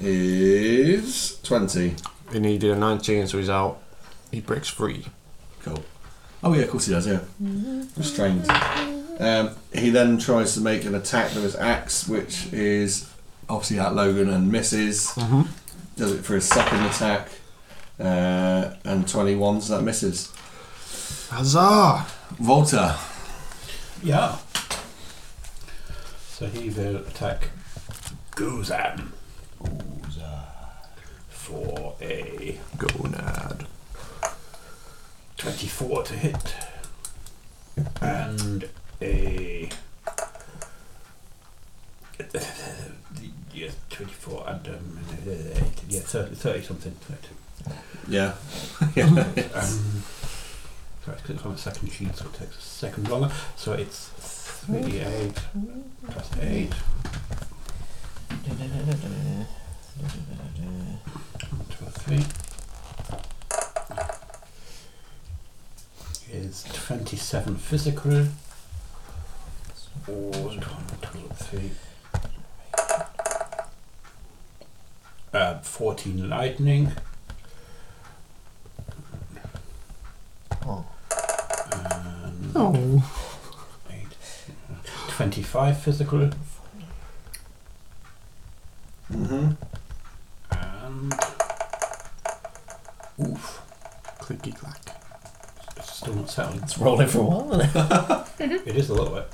Speaker 1: Is 20.
Speaker 3: He needed a 19, so he's out. He breaks free.
Speaker 1: Cool. Oh yeah, of course he does. Yeah,
Speaker 2: Mm-hmm.
Speaker 1: restrained. Um, he then tries to make an attack with his axe, which is obviously at Logan and misses. Does it for his second attack, uh, and twenty-one, so that misses.
Speaker 3: Huzzah!
Speaker 1: Volta.
Speaker 4: Yeah. So he will attack Guzan. Guzan. For a
Speaker 3: Gonad.
Speaker 4: 24 to hit. And a. Yeah, 24 and um, yeah, 30, 30 something. 30.
Speaker 1: Yeah. yeah.
Speaker 4: Um, sorry, because it's on the second sheet, so it takes a second longer. So it's 38 plus 8, two or 3. Is 27 physical. Or 1, 2, 3. Uh, 14 lightning.
Speaker 5: Oh.
Speaker 4: And
Speaker 3: Oh.
Speaker 4: eight, 25 physical
Speaker 1: hmm
Speaker 4: and oof,
Speaker 3: Clicky clack.
Speaker 4: it's still not settling.
Speaker 5: It's rolling for a while, isn't it?
Speaker 4: It is a little bit.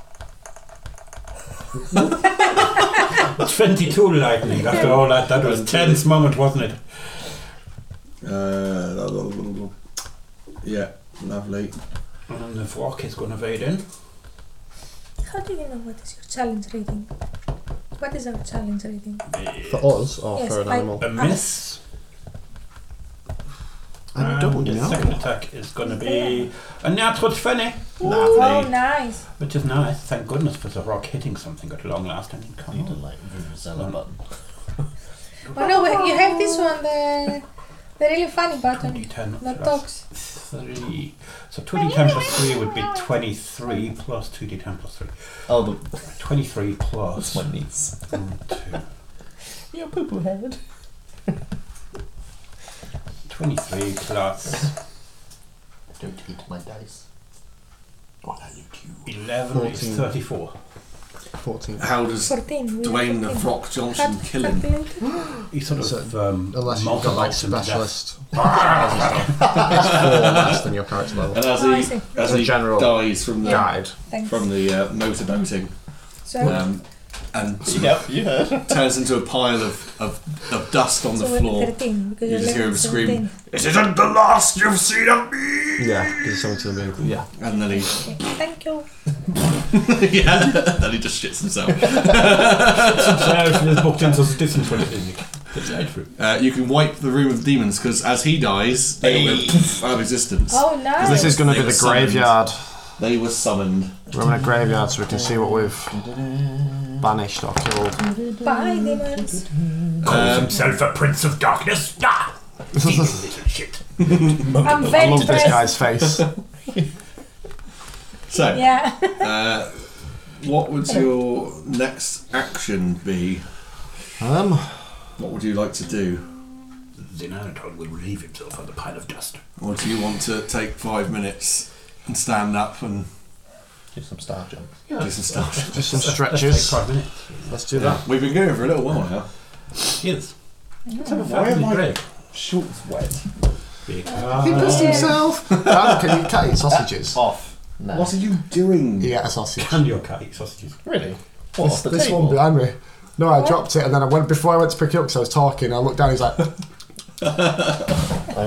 Speaker 4: Twenty-two lightning. After all that, that was tense moment, wasn't it?
Speaker 1: Uh, blah, blah, blah, blah. yeah. Lovely.
Speaker 4: And the rock is gonna fade in.
Speaker 2: How do you know what is your challenge rating? What is our challenge rating?
Speaker 3: For us or
Speaker 2: Yes,
Speaker 3: for an
Speaker 2: I-
Speaker 3: animal?
Speaker 4: A miss.
Speaker 3: I
Speaker 4: And
Speaker 3: don't
Speaker 4: his
Speaker 3: know.
Speaker 4: second attack is gonna be a natural twenty,
Speaker 2: Oh,
Speaker 1: Lovely.
Speaker 2: nice.
Speaker 4: which is nice. Thank goodness for the rock hitting something at long last. I mean, come
Speaker 5: You
Speaker 4: on.
Speaker 5: don't like Vuvuzela button.
Speaker 2: Oh no, wait, you have this one, the, the really funny button
Speaker 4: 2010
Speaker 2: that
Speaker 4: plus
Speaker 2: talks.
Speaker 4: 3. So 2010 plus 3 would be 23 plus 2d10 plus 3.
Speaker 5: Oh, the,
Speaker 4: 23 plus
Speaker 5: that's my niece.
Speaker 4: 2.
Speaker 5: Your poo poo head.
Speaker 4: 23 plus
Speaker 5: Don't eat my dice.
Speaker 4: 11 is
Speaker 3: Fourteen.
Speaker 4: 34.
Speaker 3: 14.
Speaker 1: How does
Speaker 2: 14. we
Speaker 1: Dwayne
Speaker 2: have
Speaker 1: the
Speaker 2: 14.
Speaker 1: Rock Johnson
Speaker 2: Cut-
Speaker 1: kill
Speaker 2: cut
Speaker 1: him?
Speaker 2: it.
Speaker 4: He sort of
Speaker 3: So,
Speaker 4: um,
Speaker 3: Unless you've got like
Speaker 4: multiplies him to death.
Speaker 3: specialist. it's four less than your character level.
Speaker 1: And as
Speaker 2: Oh, I
Speaker 1: he
Speaker 2: see.
Speaker 1: as
Speaker 3: In
Speaker 1: he
Speaker 3: general.
Speaker 1: dies from the
Speaker 3: Died.
Speaker 2: Thanks.
Speaker 1: from the uh, motorboating,
Speaker 2: so,
Speaker 1: um, and
Speaker 5: Yep, you heard.
Speaker 1: turns into a pile of, of, of dust on
Speaker 2: so
Speaker 1: the
Speaker 2: we're
Speaker 1: floor.
Speaker 2: 13. Because
Speaker 1: You just hear him
Speaker 2: 11,
Speaker 1: scream,
Speaker 2: 17.
Speaker 1: It isn't the last you've seen of me!
Speaker 3: Yeah, because it's 17 being cool. Yeah.
Speaker 1: And then he,
Speaker 2: Okay, Thank you.
Speaker 1: yeah, then he just shits himself. Uh, you can wipe the room of demons because as he dies, they will poof out of existence.
Speaker 2: Oh, nice.
Speaker 3: This is going to be the
Speaker 1: Summoned.
Speaker 3: graveyard.
Speaker 1: They were summoned.
Speaker 3: We're in a graveyard so we can see what we've banished or killed.
Speaker 2: Bye, demons.
Speaker 4: Calls himself a prince of darkness. Ah! Evil little shit.
Speaker 2: I'm
Speaker 3: I
Speaker 2: very
Speaker 3: love this
Speaker 2: impressed.
Speaker 3: guy's face.
Speaker 1: So,
Speaker 2: Yeah.
Speaker 1: uh, what would your next action be?
Speaker 3: Um,
Speaker 1: What would you like to do?
Speaker 4: Xenonatol will relieve himself on the pile of dust.
Speaker 1: Or do you want to take five minutes and stand up and
Speaker 5: Do some star jumps.
Speaker 1: do some stuff?
Speaker 3: just some
Speaker 4: Take
Speaker 3: stretches.
Speaker 4: five minutes.
Speaker 3: Let's do that.
Speaker 1: We've been going for a little while now.
Speaker 4: Yes.
Speaker 5: Why am I
Speaker 4: break.
Speaker 5: shorts wet?
Speaker 4: Because
Speaker 3: himself. Dan, can you cut eat sausages?
Speaker 5: Off. No.
Speaker 1: What are you doing?
Speaker 3: You get a sausage.
Speaker 4: Can your cat eat sausages?
Speaker 5: Really? What's the
Speaker 3: this
Speaker 5: table?
Speaker 3: one behind me. No, I dropped it and then I went before I went to pick it up because I was talking. I looked down. He's like,
Speaker 5: I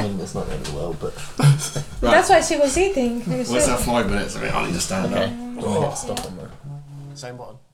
Speaker 5: mean, it's not the end of the world, but
Speaker 1: Right.
Speaker 2: That's why she was eating.
Speaker 1: Where's that five minutes? I mean, I need to stand up.
Speaker 5: okay. Oh. Stop on there.
Speaker 3: same button.